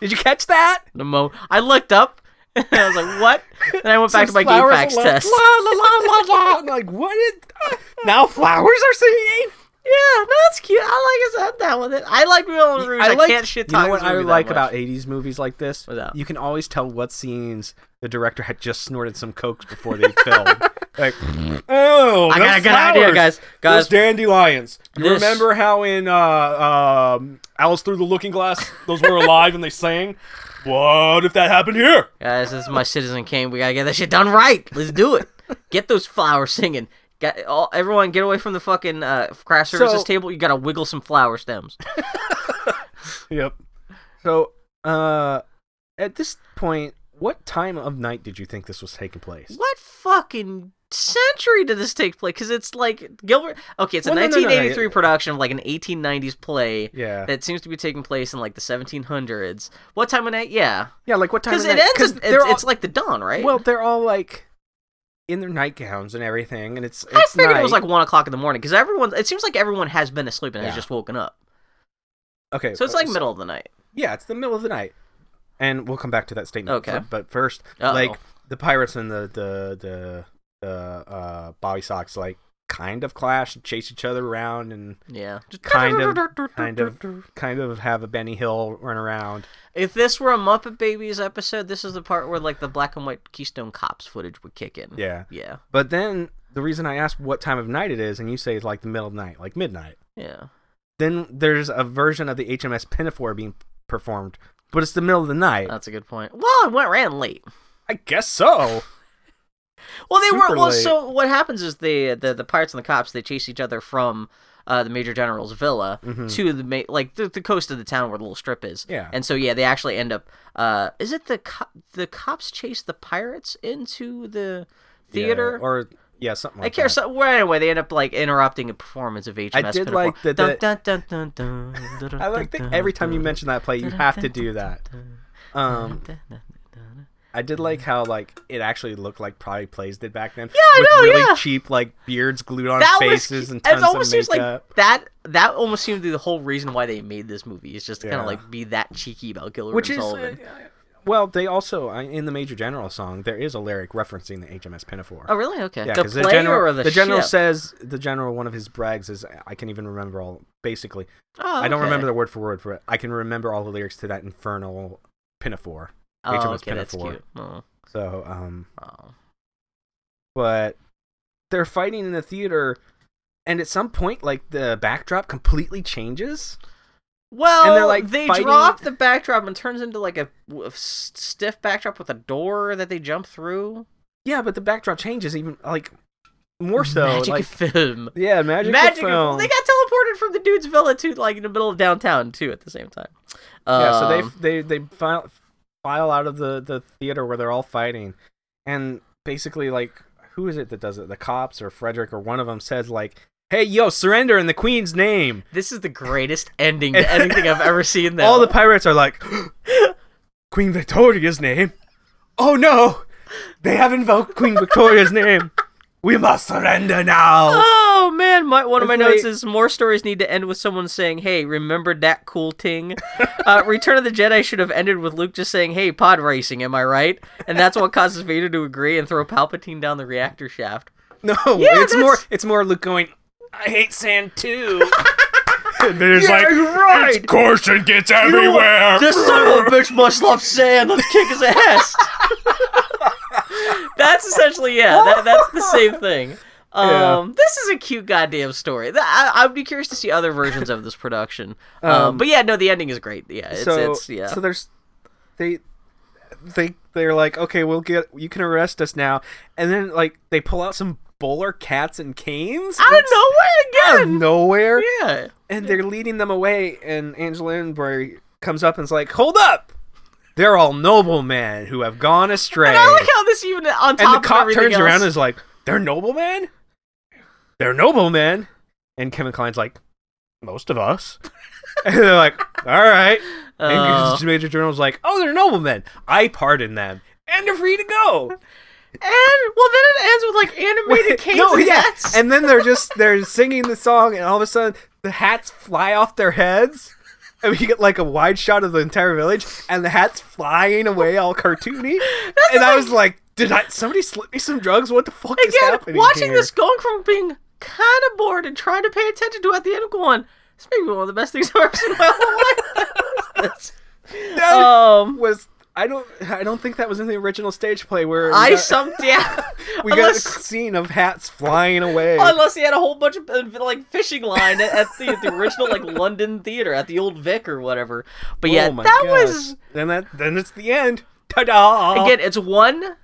S1: Did you catch that?
S2: The mo- I looked up. and I was like, "What?" And I went back to
S1: Some
S2: my game
S1: flowers
S2: facts
S1: are like,
S2: test.
S1: La la la la la. I'm like what? Is, now flowers are singing.
S2: Yeah, no, that's cute. I like us- I'm down with it. I like Real on Rouge. I,
S1: like-
S2: can't shit
S1: You
S2: talk
S1: know what
S2: this
S1: I
S2: movie that
S1: like
S2: much.
S1: about '80s movies like this?
S2: What's that?
S1: You can always tell what scenes the director had just snorted some cokes before they filmed. like, oh, those
S2: I got a good
S1: flowers,
S2: idea, guys.
S1: Those
S2: Guys,
S1: dandelions. You
S2: this-
S1: remember how in uh, um, Alice Through the Looking Glass, those were alive and they sang? What if that happened here?
S2: guys, this is my Citizen Kane. We gotta get that shit done right. Let's do it. Get those flowers singing. Get, all, everyone, get away from the fucking uh, craft services
S1: So-
S2: table. You gotta wiggle some flower stems.
S1: Yep. So, uh, at this point, what time of night did you think this was taking place?
S2: What fucking century did this take place? Because it's like Gilbert. Okay, it's a
S1: Well, no, no, no, no,
S2: 1983
S1: yeah.
S2: production of like an 1890s play
S1: Yeah.
S2: that seems to be taking place in like the 1700s. What time of night? Yeah,
S1: Yeah, like what time
S2: because
S1: of
S2: it
S1: night?
S2: ends. at-
S1: they're
S2: it's,
S1: all-
S2: it's like the dawn, right?
S1: Well, they're all like in their nightgowns and everything, and it's.
S2: I
S1: it's
S2: figured it was
S1: night.
S2: like one o'clock in the morning because everyone. It seems like everyone has been asleep and has
S1: Yeah.
S2: just woken up.
S1: okay,
S2: So it's like
S1: uh,
S2: middle of the night.
S1: Yeah, it's the middle of the night, and we'll come back to that statement.
S2: Okay.
S1: f- but 1st
S2: Uh-oh.
S1: like the pirates and the the the the uh, Bobby Sox like kind of clash and chase each other around and
S2: Yeah. Just
S1: kind of- kind of- kind of have a Benny Hill run around.
S2: If this were a Muppet Babies episode, this is the part where like the black and white Keystone Cops footage would kick in.
S1: Yeah,
S2: Yeah.
S1: but then the reason I asked what time of night it is, and you say it's like the middle of night, like midnight.
S2: Yeah.
S1: Then there's a version of the HMS Pinafore being performed,
S2: Uh,
S1: but it's the middle of the night.
S2: That's a good point. Well, it went ran late.
S1: I guess so.
S2: Well, they
S1: Super
S2: were. Well,
S1: late.
S2: so what happens is the, the the pirates and the cops they chase each other from uh, the major general's villa
S1: Mhm.
S2: to the ma- like the, the coast of the town where the little strip is.
S1: Yeah.
S2: And so yeah, they actually end up. Uh, is it the co- the cops chase the pirates into the
S1: Yeah,
S2: theater?
S1: or yeah, something.
S2: I
S1: Like
S2: care.
S1: That.
S2: So, well, anyway, they end up like interrupting a performance of HMS.
S1: did
S2: Pinafore.
S1: like that-
S2: Dun,
S1: that-
S2: dun, dun, dun, dun, dun, dun,
S1: I like that
S2: dun,
S1: every time you
S2: dun,
S1: mention that play, you
S2: dun,
S1: have
S2: dun,
S1: to
S2: dun,
S1: do that.
S2: dun,
S1: Um,
S2: dun, dun, dun,
S1: I did like how like it actually looked like probably plays did back then. Yeah,
S2: I
S1: with
S2: know,
S1: Really
S2: yeah.
S1: cheap like beards glued on
S2: That was
S1: faces
S2: cu-
S1: and
S2: it
S1: tons
S2: almost
S1: of
S2: seems
S1: makeup.
S2: like that. That almost seemed to be the whole reason why they made this movie is just to kind
S1: Yeah.
S2: of like be that cheeky about Gilbert
S1: which
S2: and
S1: is
S2: Sullivan.
S1: uh, well, they also uh, in the Major General song there is a lyric referencing the HMS Pinafore.
S2: oh, really? Okay.
S1: Yeah,
S2: the
S1: 'cause
S2: play
S1: general,
S2: or the,
S1: general
S2: ship?
S1: says the general one of his brags is I can even remember all basically
S2: Oh,
S1: I don't
S2: okay.
S1: remember the word for word for it I can remember all the lyrics to that infernal pinafore
S2: Oh,
S1: HMS
S2: okay, that's
S1: Pinafore.
S2: cute. Oh,
S1: so um
S2: oh.
S1: but they're fighting in the theater and at some point like the backdrop completely changes
S2: Well,
S1: And they're, like,
S2: they
S1: fighting-
S2: drop the backdrop and turns into like a, w- s- stiff backdrop with a door that they jump through.
S1: yeah but the backdrop changes even like more so
S2: magic
S1: like
S2: film.
S1: yeah magic,
S2: Magic of-
S1: film.
S2: They got teleported from the dude's villa to like in the middle of downtown too at the same time.
S1: yeah so
S2: Um,
S1: they they they file, file out of the the theater where they're all fighting and basically like who is it that does it the cops or frederick or one of them says like hey yo surrender in the queen's name
S2: This is the greatest ending to anything I've ever seen. Though.
S1: all the pirates are like queen victoria's name oh no they have invoked queen victoria's name we must surrender now
S2: Oh man, my, one of my
S1: It's
S2: notes
S1: like-
S2: is more stories need to end with someone saying, "Hey, remember that cool ting?" uh, Return of the Jedi should have ended with Luke just saying, "Hey, pod racing, am I right?" And that's what causes Vader to agree and throw Palpatine down the reactor shaft.
S1: no
S2: Yeah,
S1: it's more
S2: that's-
S1: it's more luke going i hate sand too and then it's
S2: Yeah, you're right.
S1: "Its Coruscant gets everywhere
S2: This son of a bitch must love sand. Let's kick his ass. that's essentially yeah. That, that's the same thing. Um,
S1: Yeah.
S2: this is a cute goddamn story. Th- I, I'd be curious to see other versions of this production. Um,
S1: Um,
S2: but yeah, no, the ending is great. Yeah, it's,
S1: so
S2: it's yeah.
S1: so there's they they they're like okay we'll get you can arrest us now and then like they pull out some bowler cats and canes
S2: out of nowhere
S1: out of
S2: again.
S1: nowhere
S2: Yeah.
S1: and they're leading them away and angela Lansbury comes up and is like hold up they're all noblemen who have gone astray
S2: And I like how this even on top
S1: And the
S2: of
S1: cop
S2: everything
S1: turns around and
S2: else-
S1: is like they're noblemen they're noblemen and kevin klein's like most of us and they're like all right
S2: Oh.
S1: and Major General's like, oh, they're noblemen. I pardon them. And they're free to go.
S2: and well, then it ends with like animated canes and hats.
S1: And then they're just they're singing the song, and all of a sudden the hats fly off their heads. And we get like a wide shot of the entire village, and the hats flying away, all cartoony. and I was like, did I, somebody slip me some drugs? What the fuck is
S2: again,
S1: happening
S2: watching
S1: here?
S2: this going from being kind of bored and trying to pay attention to at the end, going, "This may be one of the best things I've ever seen in my whole life."
S1: That
S2: um,
S1: was I don't I don't think that was in the original stage play where we
S2: I
S1: got,
S2: some yeah.
S1: we
S2: unless,
S1: got a scene of hats flying away.
S2: unless he had a whole bunch of uh, like fishing line at, at the, the original like London theater at the old Vic or whatever. But yeah,
S1: Oh my
S2: that
S1: gosh.
S2: was
S1: Then that then it's the end. Ta da!
S2: again, it's one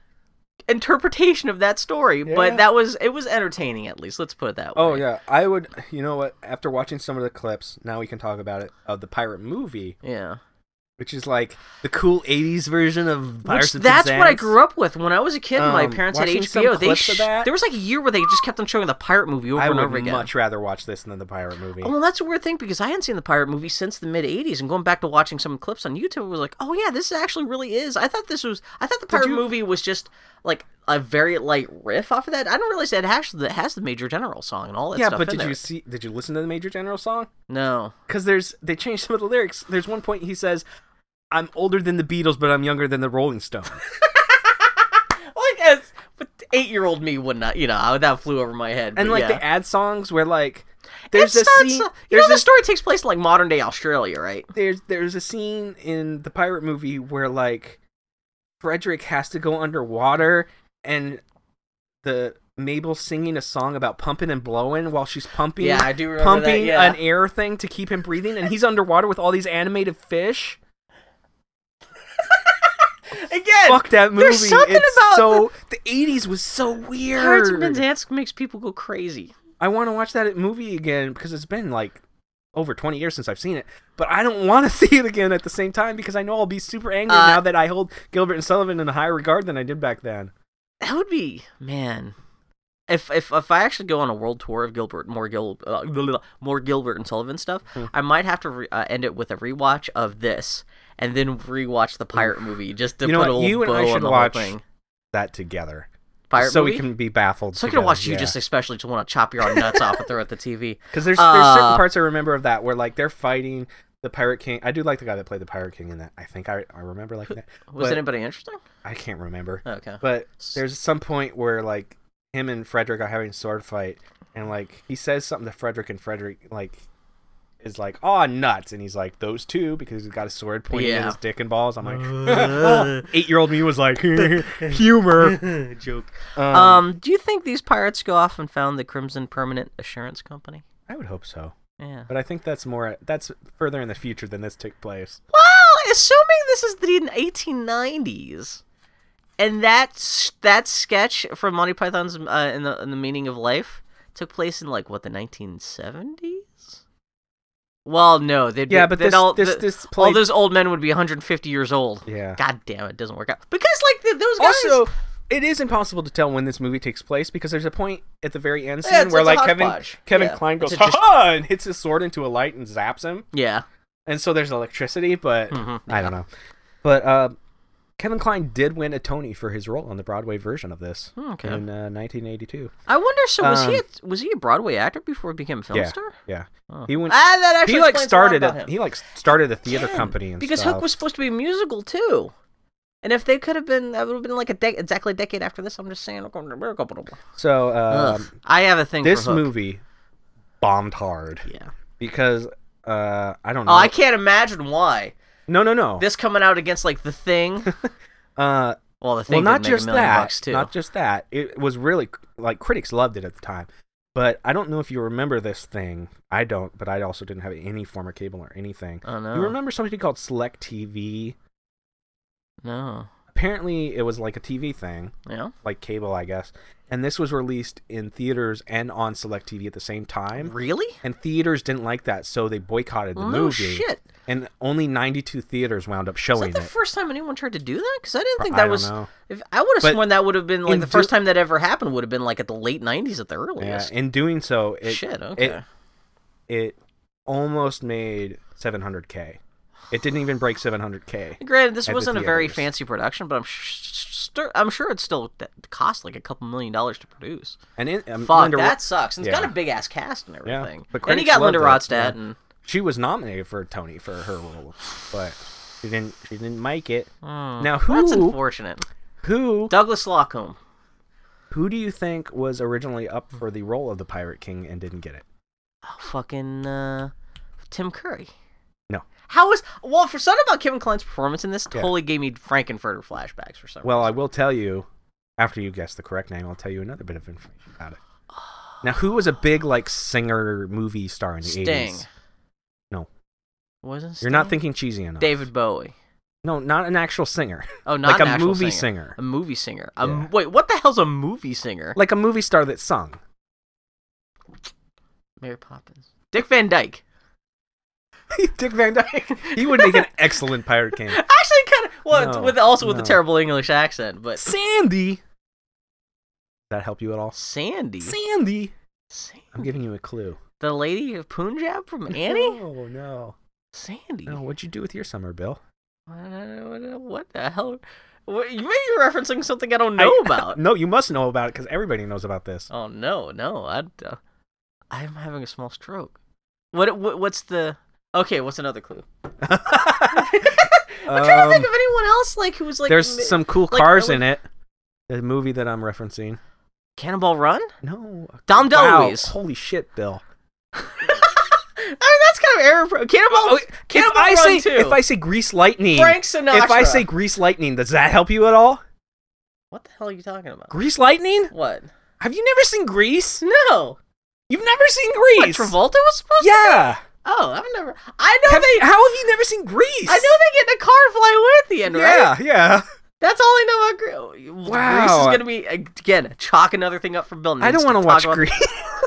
S2: interpretation of that story,
S1: Yeah.
S2: but that was it was entertaining at least. Let's put it that way.
S1: Oh yeah, I would. You know what? After watching some of the clips, now we can talk about it of the pirate movie,
S2: yeah.
S1: which is like the cool '80s version of Pirates.
S2: Which, that's what I grew up with when I was a kid. my
S1: Um,
S2: parents had
S1: watching some
S2: HBO. They
S1: clips of
S2: sh-
S1: that.
S2: there was like a year where they just kept on showing the pirate movie over
S1: I
S2: and
S1: would
S2: over again.
S1: much rather watch this than the pirate movie.
S2: Oh, well, that's a weird thing because I hadn't seen the pirate movie since the mid '80s, and going back to watching some clips on YouTube, it was like, oh yeah, this actually really is. I thought this was, I thought the pirate
S1: you-
S2: movie was just like a very light riff off of that. I don't realize that it has the, has the Major General song and all that
S1: yeah,
S2: stuff.
S1: but
S2: in
S1: did
S2: there.
S1: you see? Did you listen to the Major General song?
S2: No.
S1: Because there's they changed some of the lyrics. There's one point he says, "I'm older than the Beatles, but I'm younger than the Rolling Stones."
S2: Like, as, but eight-year-old me would not, you know, I- that flew over my head.
S1: and
S2: but
S1: like
S2: yeah.
S1: they add songs where like there's
S2: it
S1: a
S2: starts,
S1: scene.
S2: uh, you
S1: there's
S2: know, the
S1: a
S2: story takes place in, like modern day Australia, right?
S1: there's there's a scene in the pirate movie where like Frederick has to go underwater and the Mabel's singing a song about pumping and blowing while she's pumping
S2: Yeah, I do remember
S1: pumping
S2: that. Yeah.
S1: an air thing to keep him breathing and he's underwater with all these animated fish.
S2: Again,
S1: Fuck that movie.
S2: there's something
S1: it's
S2: about
S1: so the '80s was so
S2: Pirates of
S1: weird.
S2: Mindansk makes people go crazy.
S1: I want to watch that movie again because it's been like over 20 years since I've seen it, but I don't want to see it again at the same time because I know I'll be super angry
S2: Uh,
S1: now that I hold Gilbert and Sullivan in a higher regard than I did back then.
S2: That would be man. If if if I actually go on a world tour of Gilbert more Gil uh, blah, blah, more Gilbert and Sullivan stuff,
S1: Hmm.
S2: I might have to re- uh, end it with a rewatch of this and then rewatch the pirate movie just to
S1: You know
S2: put
S1: what?
S2: a little
S1: You and I
S2: bow on
S1: should
S2: the
S1: watch
S2: whole thing.
S1: That together,
S2: Pirate
S1: so
S2: movie.
S1: we can be baffled.
S2: so I
S1: together,
S2: can watch you
S1: yeah.
S2: just especially to want to chop your own nuts off and throw at the TV.
S1: Because there's there's certain
S2: Uh,
S1: parts I remember of that where like they're fighting the Pirate King. I do like the guy that played the Pirate King in that. I think I, I remember like that.
S2: Was
S1: But-
S2: anybody interesting?
S1: I can't remember.
S2: Okay.
S1: But
S2: S-
S1: there's some point where like him and Frederick are having a sword fight and like he says something to Frederick and Frederick like is like, oh nuts and he's like, those two because he's got a sword pointing at
S2: Yeah.
S1: his dick and balls. I'm like eight year old me was like
S2: Um,
S1: humor.
S2: joke.
S1: Um,
S2: Um, do you think these pirates go off and found the Crimson Permanent Assurance Company?
S1: I would hope so.
S2: Yeah.
S1: But I think that's more that's further in the future than this took place.
S2: Well, assuming this is the 1890s, and that that sketch from Monty Python's uh, in the in the Meaning of Life took place in like what the 1970s. Well, no, they'd be-
S1: Yeah, but
S2: they'd
S1: this
S2: all,
S1: this
S2: the-
S1: this
S2: all
S1: play
S2: those old men would be 150 years old.
S1: Yeah.
S2: God damn it, doesn't work out because like the, those guys.
S1: Also, it is impossible to tell when this movie takes place because there's a point at the very end scene
S2: Yeah, it's-
S1: where
S2: it's a
S1: like Kevin
S2: hodgepodge.
S1: Kevin
S2: Yeah.
S1: Klein goes
S2: It's a just-
S1: ha ha and hits his sword into a light and zaps him,
S2: yeah,
S1: and so there's electricity. But
S2: Mhm,
S1: I don't know. But uh, Kevin Klein did win a Tony for his role on the Broadway version of this
S2: Hmm, okay.
S1: in uh, 1982.
S2: I wonder. So was he
S1: Um,
S2: a, was he a Broadway actor before he became a film
S1: Yeah.
S2: star?
S1: Yeah,
S2: Oh.
S1: he went.
S2: Ah, that actually
S1: he like
S2: explains a lot
S1: started
S2: about
S1: a,
S2: him.
S1: he like started a theater
S2: Again,
S1: company and
S2: because
S1: stuff.
S2: Hook was supposed to be a musical too. And if they could have been, that would have been like a de- exactly a decade after this. I'm just saying.
S1: so um,
S2: Ugh. I have a thing
S1: this
S2: for Hook.
S1: movie bombed hard
S2: Yeah.
S1: because uh, I don't know.
S2: Oh, I can't imagine why
S1: no, no, no.
S2: this coming out against like the thing.
S1: uh,
S2: Well, the
S1: well,
S2: thing
S1: not
S2: did make
S1: just
S2: a million
S1: that,
S2: bucks too.
S1: not just that. It was really like critics loved it at the time, but I don't know if you remember this thing. I don't, but I also didn't have any form of cable or anything.
S2: oh no.
S1: You remember something called Select TV?
S2: No.
S1: Apparently, it was like a TV thing,
S2: Yeah.
S1: like cable, I guess. And this was released in theaters and on Select TV at the same time.
S2: Really?
S1: And theaters didn't like that, so they boycotted the
S2: No
S1: movie.
S2: Oh, shit.
S1: And only 92 theaters wound up
S2: Is
S1: showing
S2: that the
S1: it.
S2: first time anyone tried to do that? Because I didn't
S1: Pro-
S2: think
S1: I
S2: that
S1: don't
S2: was.
S1: know.
S2: If I would
S1: But
S2: have sworn that would have been
S1: in
S2: like the
S1: do-
S2: first time that ever happened would have been like at the late '90s at the
S1: Yeah,
S2: earliest.
S1: in doing so, it
S2: Oh, Shit. Okay.
S1: it almost made 700k. It didn't even break 700k.
S2: Granted, this
S1: at the
S2: wasn't a very
S1: theaters.
S2: fancy production, but I'm sh- sh- I'm sure it still d- cost like a couple million dollars to produce.
S1: And it, um,
S2: Fuck,
S1: Linda-
S2: that sucks. And it's got
S1: yeah.
S2: a big ass cast and everything.
S1: but
S2: and
S1: critics
S2: you got Linda
S1: loved
S2: Ronstadt
S1: it, yeah.
S2: and
S1: she was nominated for a Tony for her role, but she didn't. She didn't make it.
S2: Hmm.
S1: Now
S2: that's
S1: who
S2: unfortunate.
S1: who
S2: Douglas Lockholm.
S1: who do you think was originally up for the role of the Pirate King and didn't get it?
S2: Oh, fucking uh, Tim Curry.
S1: No.
S2: How was well for something about Kevin Klein's performance in this
S1: Yeah.
S2: totally gave me Frankenfurter flashbacks for some
S1: Well, I
S2: reason.
S1: will tell you after you guess the correct name. I'll tell you another bit of information about it. Now, who was a big like singer movie star in the
S2: Sting.
S1: 80s? No.
S2: Wasn't
S1: You're not
S2: Sting?
S1: thinking cheesy enough.
S2: David Bowie.
S1: No, not an actual singer.
S2: Oh, not
S1: like
S2: an
S1: a
S2: actual
S1: movie
S2: singer.
S1: singer.
S2: A movie singer. A m-
S1: Yeah.
S2: wait, what the hell's a movie singer?
S1: Like a movie star that sung.
S2: Mary Poppins. Dick Van Dyke.
S1: Dick Van Dyke. He would make an excellent Pirate King.
S2: Actually, kind of. Well,
S1: No,
S2: with also with
S1: no.
S2: a terrible English accent, but
S1: Sandy. That help you at all?
S2: Sandy.
S1: Sandy.
S2: Sandy.
S1: I'm giving you a clue.
S2: The lady of Punjab from Annie.
S1: Oh no.
S2: Sandy.
S1: No, what'd you do with your summer, Bill?
S2: Uh, What the hell? What, you may be referencing something I don't know
S1: I-
S2: about.
S1: No, you must know about it because everybody knows about this.
S2: oh no, no, I. Uh, I'm having a small stroke. What, what? What's the? Okay, what's another clue? I'm trying to think
S1: Oh. Um,
S2: of anyone else like who was like.
S1: There's
S2: mi-
S1: some cool
S2: like,
S1: cars
S2: I would-
S1: in it. The movie that I'm referencing.
S2: Cannonball Run.
S1: No.
S2: Dom
S1: Wow,
S2: DeLuise.
S1: Holy shit, Bill.
S2: I mean, that's kind of error. Pro- Cannonball.
S1: Oh, if
S2: Cannonball
S1: I
S2: Run
S1: say
S2: too.
S1: if I say Grease Lightning,
S2: Frank Sinatra.
S1: if I say Grease Lightning, does that help you at all?
S2: What the hell are you talking about?
S1: Grease Lightning?
S2: What?
S1: Have you never seen Grease?
S2: No.
S1: You've never seen
S2: What,
S1: Grease.
S2: Travolta was supposed to?
S1: yeah.
S2: Oh, I've never. I know
S1: Have
S2: they.
S1: you- how have you never seen Grease?
S2: I know they get in a car and fly away at the end, right?
S1: Yeah, yeah.
S2: That's all I know about Greece. Greece is
S1: Wow.
S2: going to be again chalk another thing up for Bill.
S1: I don't
S2: want to
S1: watch
S2: talk about-
S1: Greece.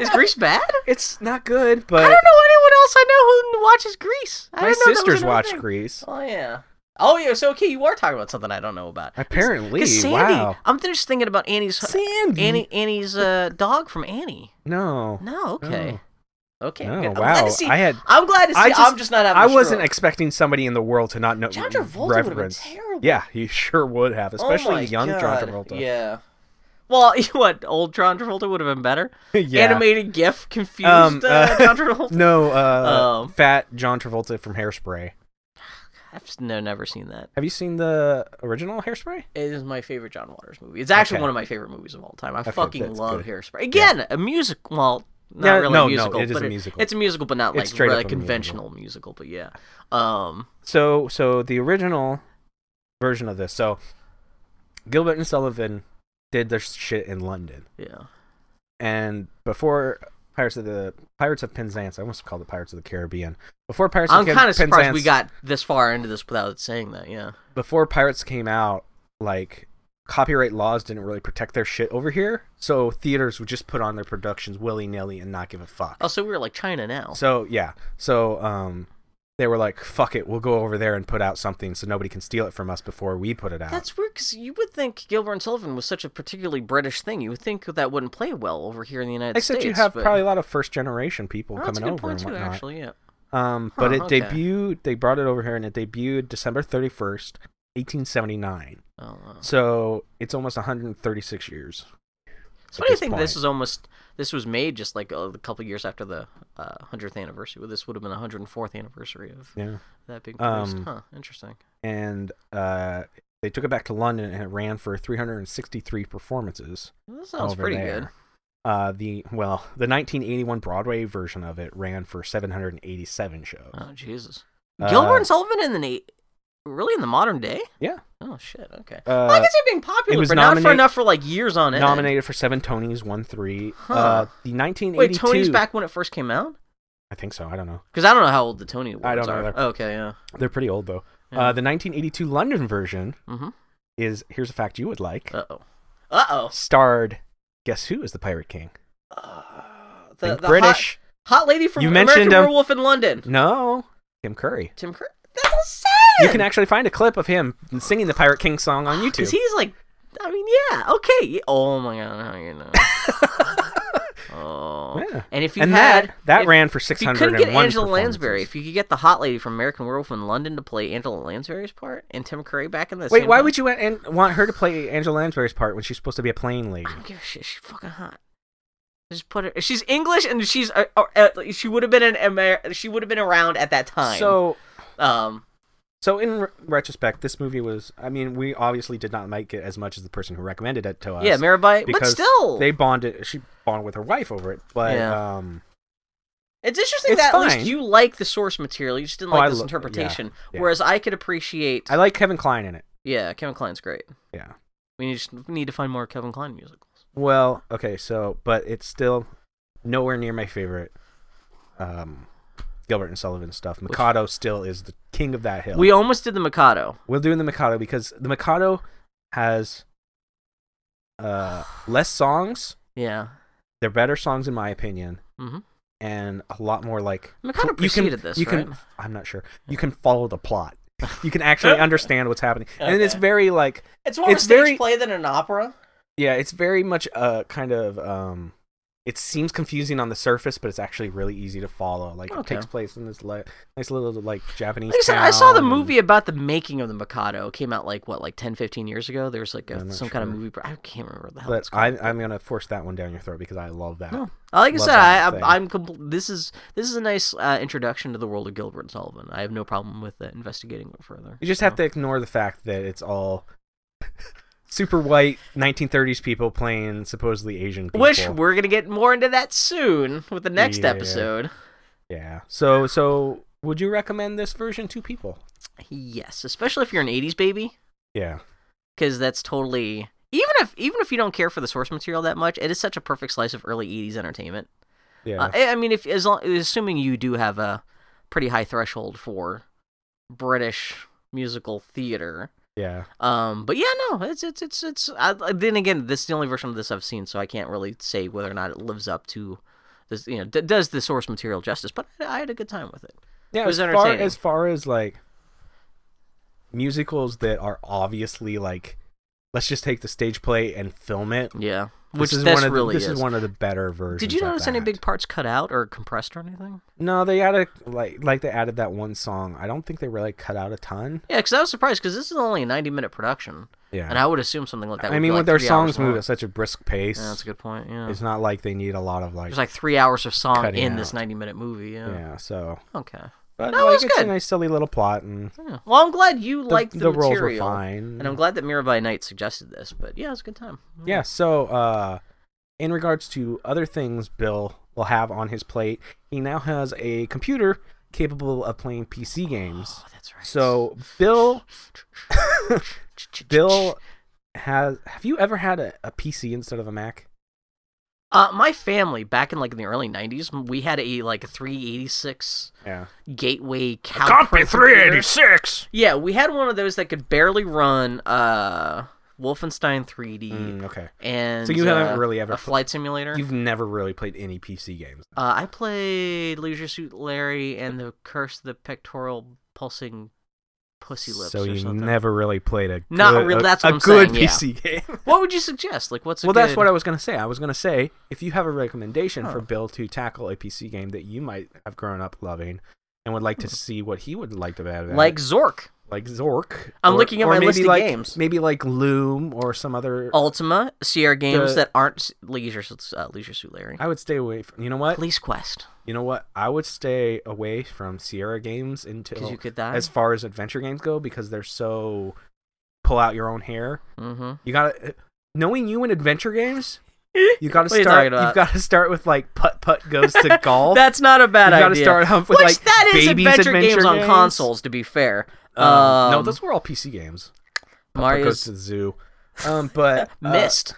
S2: Is Greece bad?
S1: it's not good,
S2: I
S1: but
S2: don't know anyone else I know who watches Greece. I
S1: my
S2: didn't know that was
S1: sisters
S2: another
S1: watch
S2: thing.
S1: Greece.
S2: Oh yeah. Oh yeah. So okay, you are talking about something I don't know about.
S1: Apparently,
S2: 'Cause Sandy,
S1: wow.
S2: I'm just thinking about Annie's
S1: Sandy.
S2: Annie Annie's uh, dog from Annie.
S1: No.
S2: No. Okay. Okay.
S1: Oh. No.
S2: good. I'm glad
S1: wow.
S2: to see-
S1: I had.
S2: I'm glad to see.
S1: I
S2: I'm
S1: just-
S2: just not having.
S1: I
S2: a
S1: wasn't
S2: stroke.
S1: expecting somebody in the world to not know
S2: John Travolta would have been
S1: reference.
S2: terrible.
S1: Yeah, he sure would have,
S2: Oh
S1: especially
S2: my
S1: young John
S2: God,
S1: Travolta.
S2: Yeah. Well, you know what old John Travolta would have been better.
S1: Yeah.
S2: Animated GIF confused
S1: Um,
S2: uh,
S1: uh,
S2: John Travolta.
S1: No, uh,
S2: Um.
S1: fat John Travolta from Hairspray.
S2: I've s- no, never seen that.
S1: Have you seen the original Hairspray?
S2: It is my favorite John Waters movie. It's actually
S1: Okay.
S2: one of my favorite movies of all time. I
S1: Okay,
S2: fucking
S1: that's
S2: love
S1: good.
S2: Hairspray. Again, a music. Well, not
S1: Yeah,
S2: really
S1: no,
S2: a
S1: no,
S2: musical.
S1: it is
S2: but
S1: a musical.
S2: It's a musical, but not
S1: It's
S2: like
S1: straight
S2: really
S1: up a musical.
S2: conventional musical. But yeah. Um.
S1: So, so the original version of this. So, Gilbert and Sullivan did their shit in London,
S2: Yeah.
S1: and before Pirates of the Pirates of Penzance, I almost called it Pirates of the Caribbean. Before Pirates
S2: I'm
S1: of Ken-
S2: kind of surprised
S1: Penzance,
S2: we got this far into this without saying that. Yeah.
S1: before Pirates came out, like copyright laws didn't really protect their shit over here, so theaters would just put on their productions willy nilly and not give a fuck.
S2: Also, we're like China now.
S1: So yeah, so um, they were like, "Fuck it, we'll go over there and put out something so nobody can steal it from us before we put it out."
S2: That's weird because you would think Gilbert and Sullivan was such a particularly British thing. You would think that wouldn't play well over here in the United
S1: Except
S2: States.
S1: you have
S2: but...
S1: probably a lot of first generation people
S2: Oh, that's
S1: coming
S2: a good
S1: over
S2: point
S1: and
S2: too,
S1: whatnot.
S2: actually. Yeah.
S1: Um,
S2: Huh,
S1: but it
S2: okay.
S1: debuted. They brought it over here and it debuted December thirty first, eighteen seventy nine.
S2: Oh, wow.
S1: So it's almost one hundred and thirty six years. at
S2: It's funny to
S1: this
S2: think this
S1: point.
S2: is almost this was made just like a couple years after the uh, 100th anniversary. Well, this would have been the 104th anniversary of
S1: Yeah.
S2: that being produced.
S1: Um,
S2: huh, interesting.
S1: And uh, they took it back to London and it ran for three hundred and sixty three performances.
S2: Well, that sounds
S1: over
S2: pretty
S1: there.
S2: good.
S1: Uh, the well, the 1981 Broadway version of it ran for 787 shows.
S2: Oh Jesus.
S1: Uh,
S2: Gilbert and Sullivan in the na- really in the modern day?
S1: Yeah.
S2: Oh shit. Okay.
S1: Uh,
S2: well, I can see it being popular,
S1: was
S2: but not for
S1: nominate-
S2: enough for like years on end.
S1: nominated for seven Tonys, won three.
S2: Huh.
S1: Uh, the 1982.
S2: Wait, Tony's back when it first came out?
S1: I think so. I don't know.
S2: Because I don't know how old the Tony Awards
S1: I don't
S2: are.
S1: know either.
S2: Okay, yeah.
S1: They're pretty old though.
S2: yeah.
S1: Uh, the 1982 London version
S2: mm-hmm.
S1: is here's a fact you would like.
S2: Uh oh. Uh oh.
S1: starred. Guess who is the Pirate King?
S2: Uh, The,
S1: Think
S2: the
S1: British.
S2: hot, hot lady from
S1: You
S2: American
S1: mentioned um, him.
S2: Werewolf in London.
S1: No, Tim Curry.
S2: Tim Curry. That's insane.
S1: You can actually find a clip of him singing the Pirate King song on
S2: because
S1: YouTube.
S2: he's like, I mean, yeah, okay. yeah- Oh my god, how you know? Oh.
S1: Yeah.
S2: And if you
S1: and
S2: had
S1: that that
S2: if-
S1: ran for
S2: if you
S1: 601.
S2: couldn't get Angela
S1: performances.
S2: Lansbury, if you could get the hot lady from American Werewolf in London to play Angela Lansbury's part, and Tim Curry back in the
S1: Wait,
S2: same
S1: why
S2: time-
S1: would you want, and want her to play Angela Lansbury's part when she's supposed to be a plain lady?
S2: I don't give a shit. She's fucking hot. Just put her. She's English, and she's uh, uh, uh, she would have been an Amer- she would have been around at that time.
S1: So,
S2: um,
S1: so in re- retrospect, this movie was. I mean, we obviously did not like it as much as the person who recommended it to us.
S2: yeah, Mirabai, but
S1: because
S2: still,
S1: they bonded. She bonded with her wife over it, but
S2: Yeah.
S1: um,
S2: it's interesting
S1: it's
S2: that at
S1: fine.
S2: least you like the source material. You just didn't
S1: Oh,
S2: like
S1: I
S2: this
S1: lo-
S2: interpretation.
S1: yeah.
S2: Whereas I could appreciate.
S1: I like Kevin Klein in it. yeah.
S2: Yeah, Kevin Klein's great.
S1: Yeah.
S2: We need, just need to find more Kevin Klein musicals.
S1: Well, okay, so but it's still nowhere near my favorite. Um, Gilbert and Sullivan stuff. Mikado still is the king of that hill.
S2: We almost did the Mikado.
S1: We're doing the Mikado because the Mikado has uh, less songs.
S2: Yeah.
S1: They're better songs, in my opinion,
S2: Mhm.
S1: and a lot more like
S2: Mikado
S1: you can-
S2: preceded this,
S1: You
S2: right?
S1: can. I'm not sure. You can follow the plot. You can actually understand what's happening, and it's
S2: Okay.
S1: very like
S2: It's
S1: more of a it's stage very-
S2: play than an opera.
S1: yeah, it's very much a kind of um. It seems confusing on the surface, but it's actually really easy to follow. Like it
S2: Okay.
S1: takes place in this like nice little like Japanese.
S2: Like I said, I saw the
S1: town, and-
S2: movie about the making of the Mikado. It came out like what, like 10, 15 years ago. There was like
S1: I'm
S2: a,
S1: not
S2: some kind of
S1: sure.
S2: movie. I can't remember what the hell
S1: But
S2: it's called.
S1: I, I'm gonna force that one down your throat because I love that.
S2: No. Uh, Like I
S1: Love
S2: said,
S1: that
S2: I,
S1: thing.
S2: I, I'm compl- this is this is a nice uh, introduction to the world of Gilbert and Sullivan. I have no problem with uh, investigating it further.
S1: You just have to ignore the fact that it's all super white 1930s people playing supposedly Asian people.
S2: Which we're gonna get more into that soon with the next
S1: Yeah.
S2: episode.
S1: yeah. So so would you recommend this version to people?
S2: Yes, especially if you're an '80s baby,
S1: Yeah.
S2: because that's totally even if even if you don't care for the source material that much, it is such a perfect slice of early '80s entertainment.
S1: Yeah.
S2: Uh, I I mean, if as long, assuming you do have a pretty high threshold for British musical theater,
S1: Yeah.
S2: Um, but yeah, no, it's it's it's it's. I, I- then again, this is the only version of this I've seen, so I can't really say whether or not it lives up to this. You know, d- does the source material justice? But I, I had a good time with it.
S1: Yeah.
S2: was
S1: as far
S2: entertaining.
S1: as far as like musicals that are obviously like, let's just take the stage play and film it.
S2: Yeah, which
S1: this
S2: this,
S1: is one of the-
S2: really
S1: this is. one of the better versions.
S2: Did you
S1: of
S2: notice any
S1: that.
S2: big parts cut out or compressed or anything?
S1: No, they added like like they added that one song. I don't think they really cut out a ton.
S2: Yeah, because I was surprised because this is only a ninety-minute production,
S1: Yeah.
S2: and I would assume something like that.
S1: I
S2: would
S1: mean,
S2: be
S1: when
S2: like
S1: their
S2: three hours
S1: songs move
S2: long.
S1: at such a brisk pace,
S2: Yeah, that's a good point. Yeah,
S1: it's not like they need a lot of like.
S2: there's like three hours of song
S1: cutting
S2: in this
S1: out.
S2: ninety-minute movie. Yeah.
S1: yeah, so.
S2: Okay.
S1: But
S2: No, it
S1: like,
S2: was
S1: it's
S2: good.
S1: a nice silly little plot, and
S2: Yeah. Well, I'm glad you
S1: the,
S2: liked the,
S1: the roles
S2: material.
S1: were fine.
S2: And I'm glad that Mira by Night suggested this, but yeah, it was a good time.
S1: yeah. So, uh, in regards to other things Bill will have on his plate, he now has a computer capable of playing PC games.
S2: Oh, that's right.
S1: So, Bill, Bill has. Have you ever had a, a PC instead of a Mac?
S2: uh, my family back in like in the early '90s, we had a like a 386
S1: Yeah.
S2: gateway Compy
S1: six.
S2: Yeah, we had one of those that could barely run uh Wolfenstein 3D
S1: okay.
S2: and
S1: Mm. So you haven't
S2: uh,
S1: really ever
S2: a
S1: pl-
S2: flight simulator.
S1: You've never really played any PC games.
S2: Uh, I played Leisure Suit Larry and the Curse of the Pectoral Pulsing Pussy Lips.
S1: so
S2: or
S1: you
S2: something.
S1: never really played a
S2: Not
S1: good,
S2: real-
S1: a,
S2: that's
S1: a
S2: what I'm
S1: good
S2: saying, yeah.
S1: PC game.
S2: What would you suggest? Like, what's a
S1: well, that's
S2: good-
S1: what I was gonna say. I was gonna say if you have a recommendation
S2: Huh.
S1: for Bill to tackle a PC game that you might have grown up loving and would like to see what he would like to add, about
S2: Hmm. like
S1: it,
S2: Zork,
S1: like Zork.
S2: I'm looking at
S1: or
S2: my
S1: maybe
S2: list of
S1: like,
S2: games. Oh.
S1: Maybe like Loom or some other.
S2: Ultima, Sierra games
S1: The-
S2: that aren't s- Leisure Suit- uh, Leisure Suit Larry,
S1: I would stay away from. You know what?
S2: Police Quest,
S1: You know what? I would stay away from Sierra games
S2: because
S1: until
S2: you could die.
S1: as far as adventure games go because they're so pull out your own hair.
S2: mm-hmm.
S1: You gotta knowing you in adventure games, you gotta
S2: What are you
S1: start.
S2: talking about?
S1: have gotta start with like putt putt goes to golf.
S2: That's not a bad
S1: you gotta
S2: idea.
S1: start off with
S2: Which
S1: like
S2: that is
S1: babies
S2: adventure, games on
S1: games.
S2: consoles, to be fair.
S1: Um, no,
S2: Um,
S1: those were all PC games. Putt goes
S2: Mario's
S1: to the zoo. Um, but uh,
S2: Mist.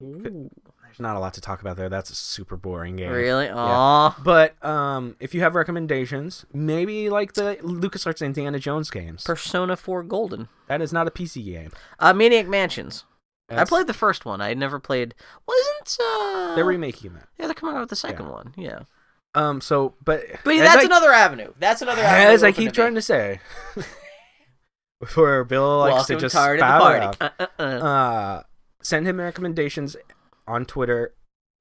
S1: there's not a lot to talk about there. That's a super boring game.
S2: Really?
S1: Yeah.
S2: Aw.
S1: But um, if you have recommendations, maybe like the LucasArts Indiana Jones games.
S2: Persona 4 Golden.
S1: that is not a PC game.
S2: Uh, Maniac Mansions. I
S1: That's-
S2: played the first one. I had never played. Wasn't. Uh...
S1: They're remaking that.
S2: Yeah, they're coming out with the second one. Yeah.
S1: Um. So, but
S2: But
S1: as
S2: that's
S1: I-
S2: another avenue. That's another avenue.
S1: as I
S2: open
S1: keep
S2: to me.
S1: trying to say, before Bill likes
S2: Welcome
S1: to just
S2: tired
S1: spout it
S2: of the party. Uh, uh,
S1: out,
S2: uh.
S1: uh, send him recommendations on Twitter.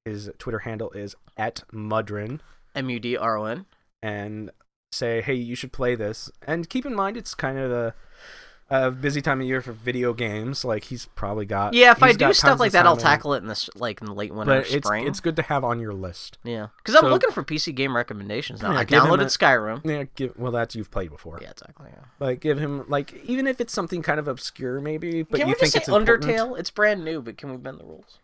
S1: His Twitter handle is at Mudrin,
S2: M U D R O N.
S1: and say, hey, you should play this. And keep in mind, it's kind of a a busy time of year for video games. Like he's probably got
S2: Yeah, if
S1: Uh,
S2: I
S1: he's
S2: do
S1: got
S2: stuff
S1: tons
S2: like
S1: of
S2: that,
S1: time
S2: I'll
S1: in-
S2: tackle it in this like in the late winter,
S1: But it's
S2: spring.
S1: it's good to have on your list.
S2: Yeah, because I'm
S1: So-
S2: looking for PC game recommendations now.
S1: Yeah,
S2: I
S1: give him
S2: downloaded
S1: a-
S2: Skyrim.
S1: Yeah, give, well, that's you've played before.
S2: Yeah, exactly. Yeah.
S1: Like give him like even if it's something kind of obscure maybe, but
S2: can
S1: you
S2: we
S1: think
S2: just say
S1: it's
S2: Undertale?
S1: important.
S2: It's brand new, but can we bend the rules?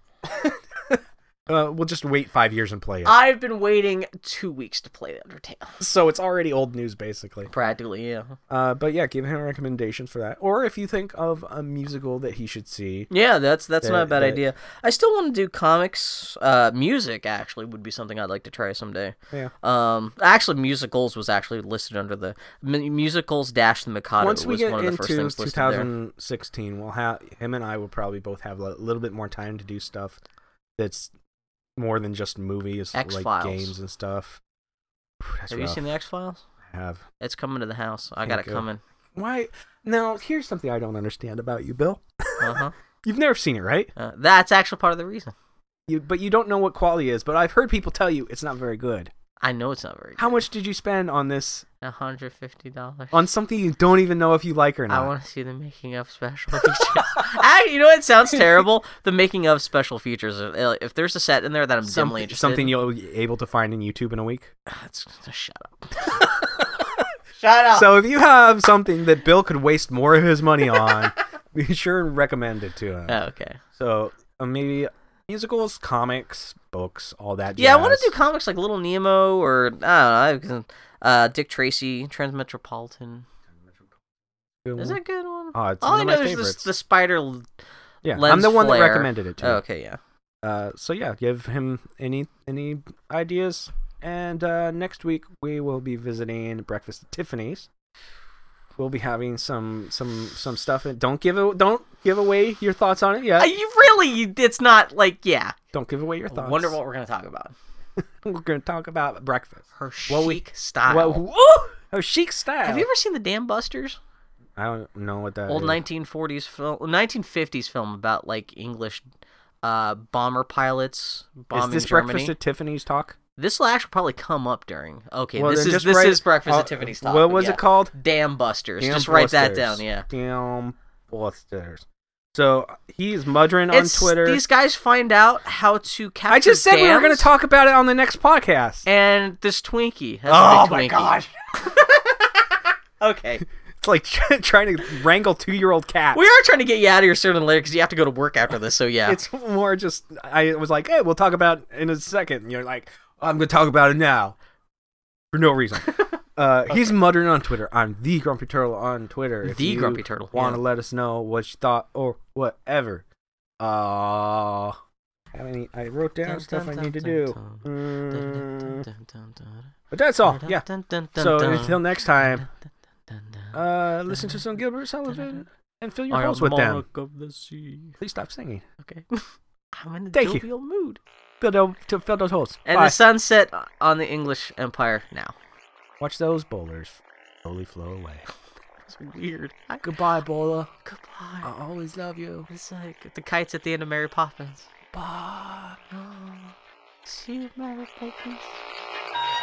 S1: Uh, we'll just wait five years and play it.
S2: I've been waiting two weeks to play Undertale.
S1: so it's already old news basically.
S2: Practically, yeah.
S1: Uh, but yeah, give him recommendations for that, or if you think of a musical that he should see.
S2: Yeah, that's that's
S1: That-
S2: not a bad
S1: that-
S2: idea. I still want to do comics. Uh, music actually would be something I'd like to try someday.
S1: Yeah.
S2: Um, actually, musicals was actually listed under the m- musicals dash the Mikado
S1: Once we
S2: was
S1: get
S2: one of the first
S1: into
S2: things listed there.
S1: 2016, we'll have him and I will probably both have a little bit more time to do stuff that's more than just movies,
S2: X-Files.
S1: like games and stuff. Whew, That's
S2: Have
S1: rough.
S2: you seen the X Files?
S1: I have.
S2: It's coming to the house. I got
S1: Can't
S2: it
S1: go.
S2: coming.
S1: Why? Now, here's something I don't understand about you, Bill.
S2: Uh-huh.
S1: You've never seen it, right?
S2: Uh, that's actually part of the reason.
S1: You, but you don't know what quality is. But I've heard people tell you it's not very good.
S2: I know it's not very
S1: How much did you spend on this?
S2: good. hundred fifty dollars.
S1: On something you don't even know if you like or not?
S2: I want to see the making of special features. I, you know, it sounds terrible. The making of special features. Uh, If there's a set in there that I'm
S1: Some-
S2: dimly interested,
S1: something you'll be able to find in YouTube in a week.
S2: That's, shut up. shut up.
S1: So if you have something that Bill could waste more of his money on, be sure and recommend it to him.
S2: Oh, okay.
S1: So uh, maybe musicals, comics, books, all that.
S2: Yeah, I want
S1: jazz.
S2: to do comics like Little Nemo or I don't know, I can- uh, Dick Tracy, Transmetropolitan.
S1: Good
S2: Is
S1: one.
S2: that a good one?
S1: Oh, it's one
S2: All I
S1: of my
S2: know is
S1: favorites.
S2: this, the spider. l-
S1: yeah, I'm
S2: lens
S1: the one that
S2: flare.
S1: recommended it to. you.
S2: okay, yeah.
S1: Uh, so yeah, give him any any ideas. And uh, next week we will be visiting Breakfast at Tiffany's. We'll be having some some some stuff. And don't give it. Don't give away your thoughts on it yet.
S2: Uh, you really, it's not like yeah.
S1: don't give away your thoughts.
S2: Wonder what we're gonna talk about.
S1: we're going to talk about breakfast.
S2: Her
S1: Well,
S2: chic
S1: we-
S2: style.
S1: Well, woo! Oh, Oh, chic style.
S2: Have you ever seen the Dam Busters?
S1: I don't know what that
S2: Old
S1: is.
S2: 1940s film, 1950s film about like English uh, bomber pilots bombing
S1: Is this
S2: Germany.
S1: breakfast at Tiffany's talk?
S2: This will actually probably come up during. Okay,
S1: Well,
S2: this
S1: then
S2: is
S1: just
S2: this
S1: write-
S2: is breakfast
S1: uh,
S2: at Tiffany's. Top,
S1: What
S2: but
S1: was
S2: yeah.
S1: it called?
S2: Dam Busters.
S1: Damn
S2: just write that
S1: Busters.
S2: down. Yeah.
S1: Damn Busters. So he's muddering
S2: It's-
S1: on Twitter.
S2: These guys find out how to capture.
S1: I just said we were going
S2: dams
S1: to talk about it on the next podcast.
S2: And this Twinkie. That's a big Twinkie.
S1: Oh,
S2: Okay,
S1: It's like trying to wrangle two-year-old cats.
S2: we are trying to get you out of here sooner than later because you have to go to work after this. So yeah,
S1: It's more just I was like, hey, we'll talk about it in a second. And you're like, I'm going to talk about it now for no reason. Uh, He's muttering on Twitter. I'm the Grumpy Turtle on Twitter.
S2: The Grumpy Turtle,
S1: Want to
S2: yeah.
S1: let us know what you thought or whatever. Uh, have any? I wrote down
S2: Dun,
S1: stuff
S2: dun,
S1: I need to
S2: dun,
S1: do. Mm, but that's all. Yeah. So until next time, uh, listen to some Gilbert Sullivan and fill your holes with them.
S2: of the sea.
S1: Please stop singing.
S2: Okay. I'm in a
S1: Thank you.
S2: jovial mood.
S1: Fill those, to fill those holes.
S2: And
S1: Bye.
S2: the sunset on the English Empire now.
S1: Watch those bowlers slowly flow away.
S2: It's weird. I,
S1: Goodbye, bowler.
S2: goodbye.
S1: I always love you.
S2: Oh. It's like the kites at the end of Mary Poppins.
S1: Bye.
S2: Oh, see you, Mary Poppins.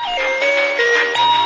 S3: Thank you.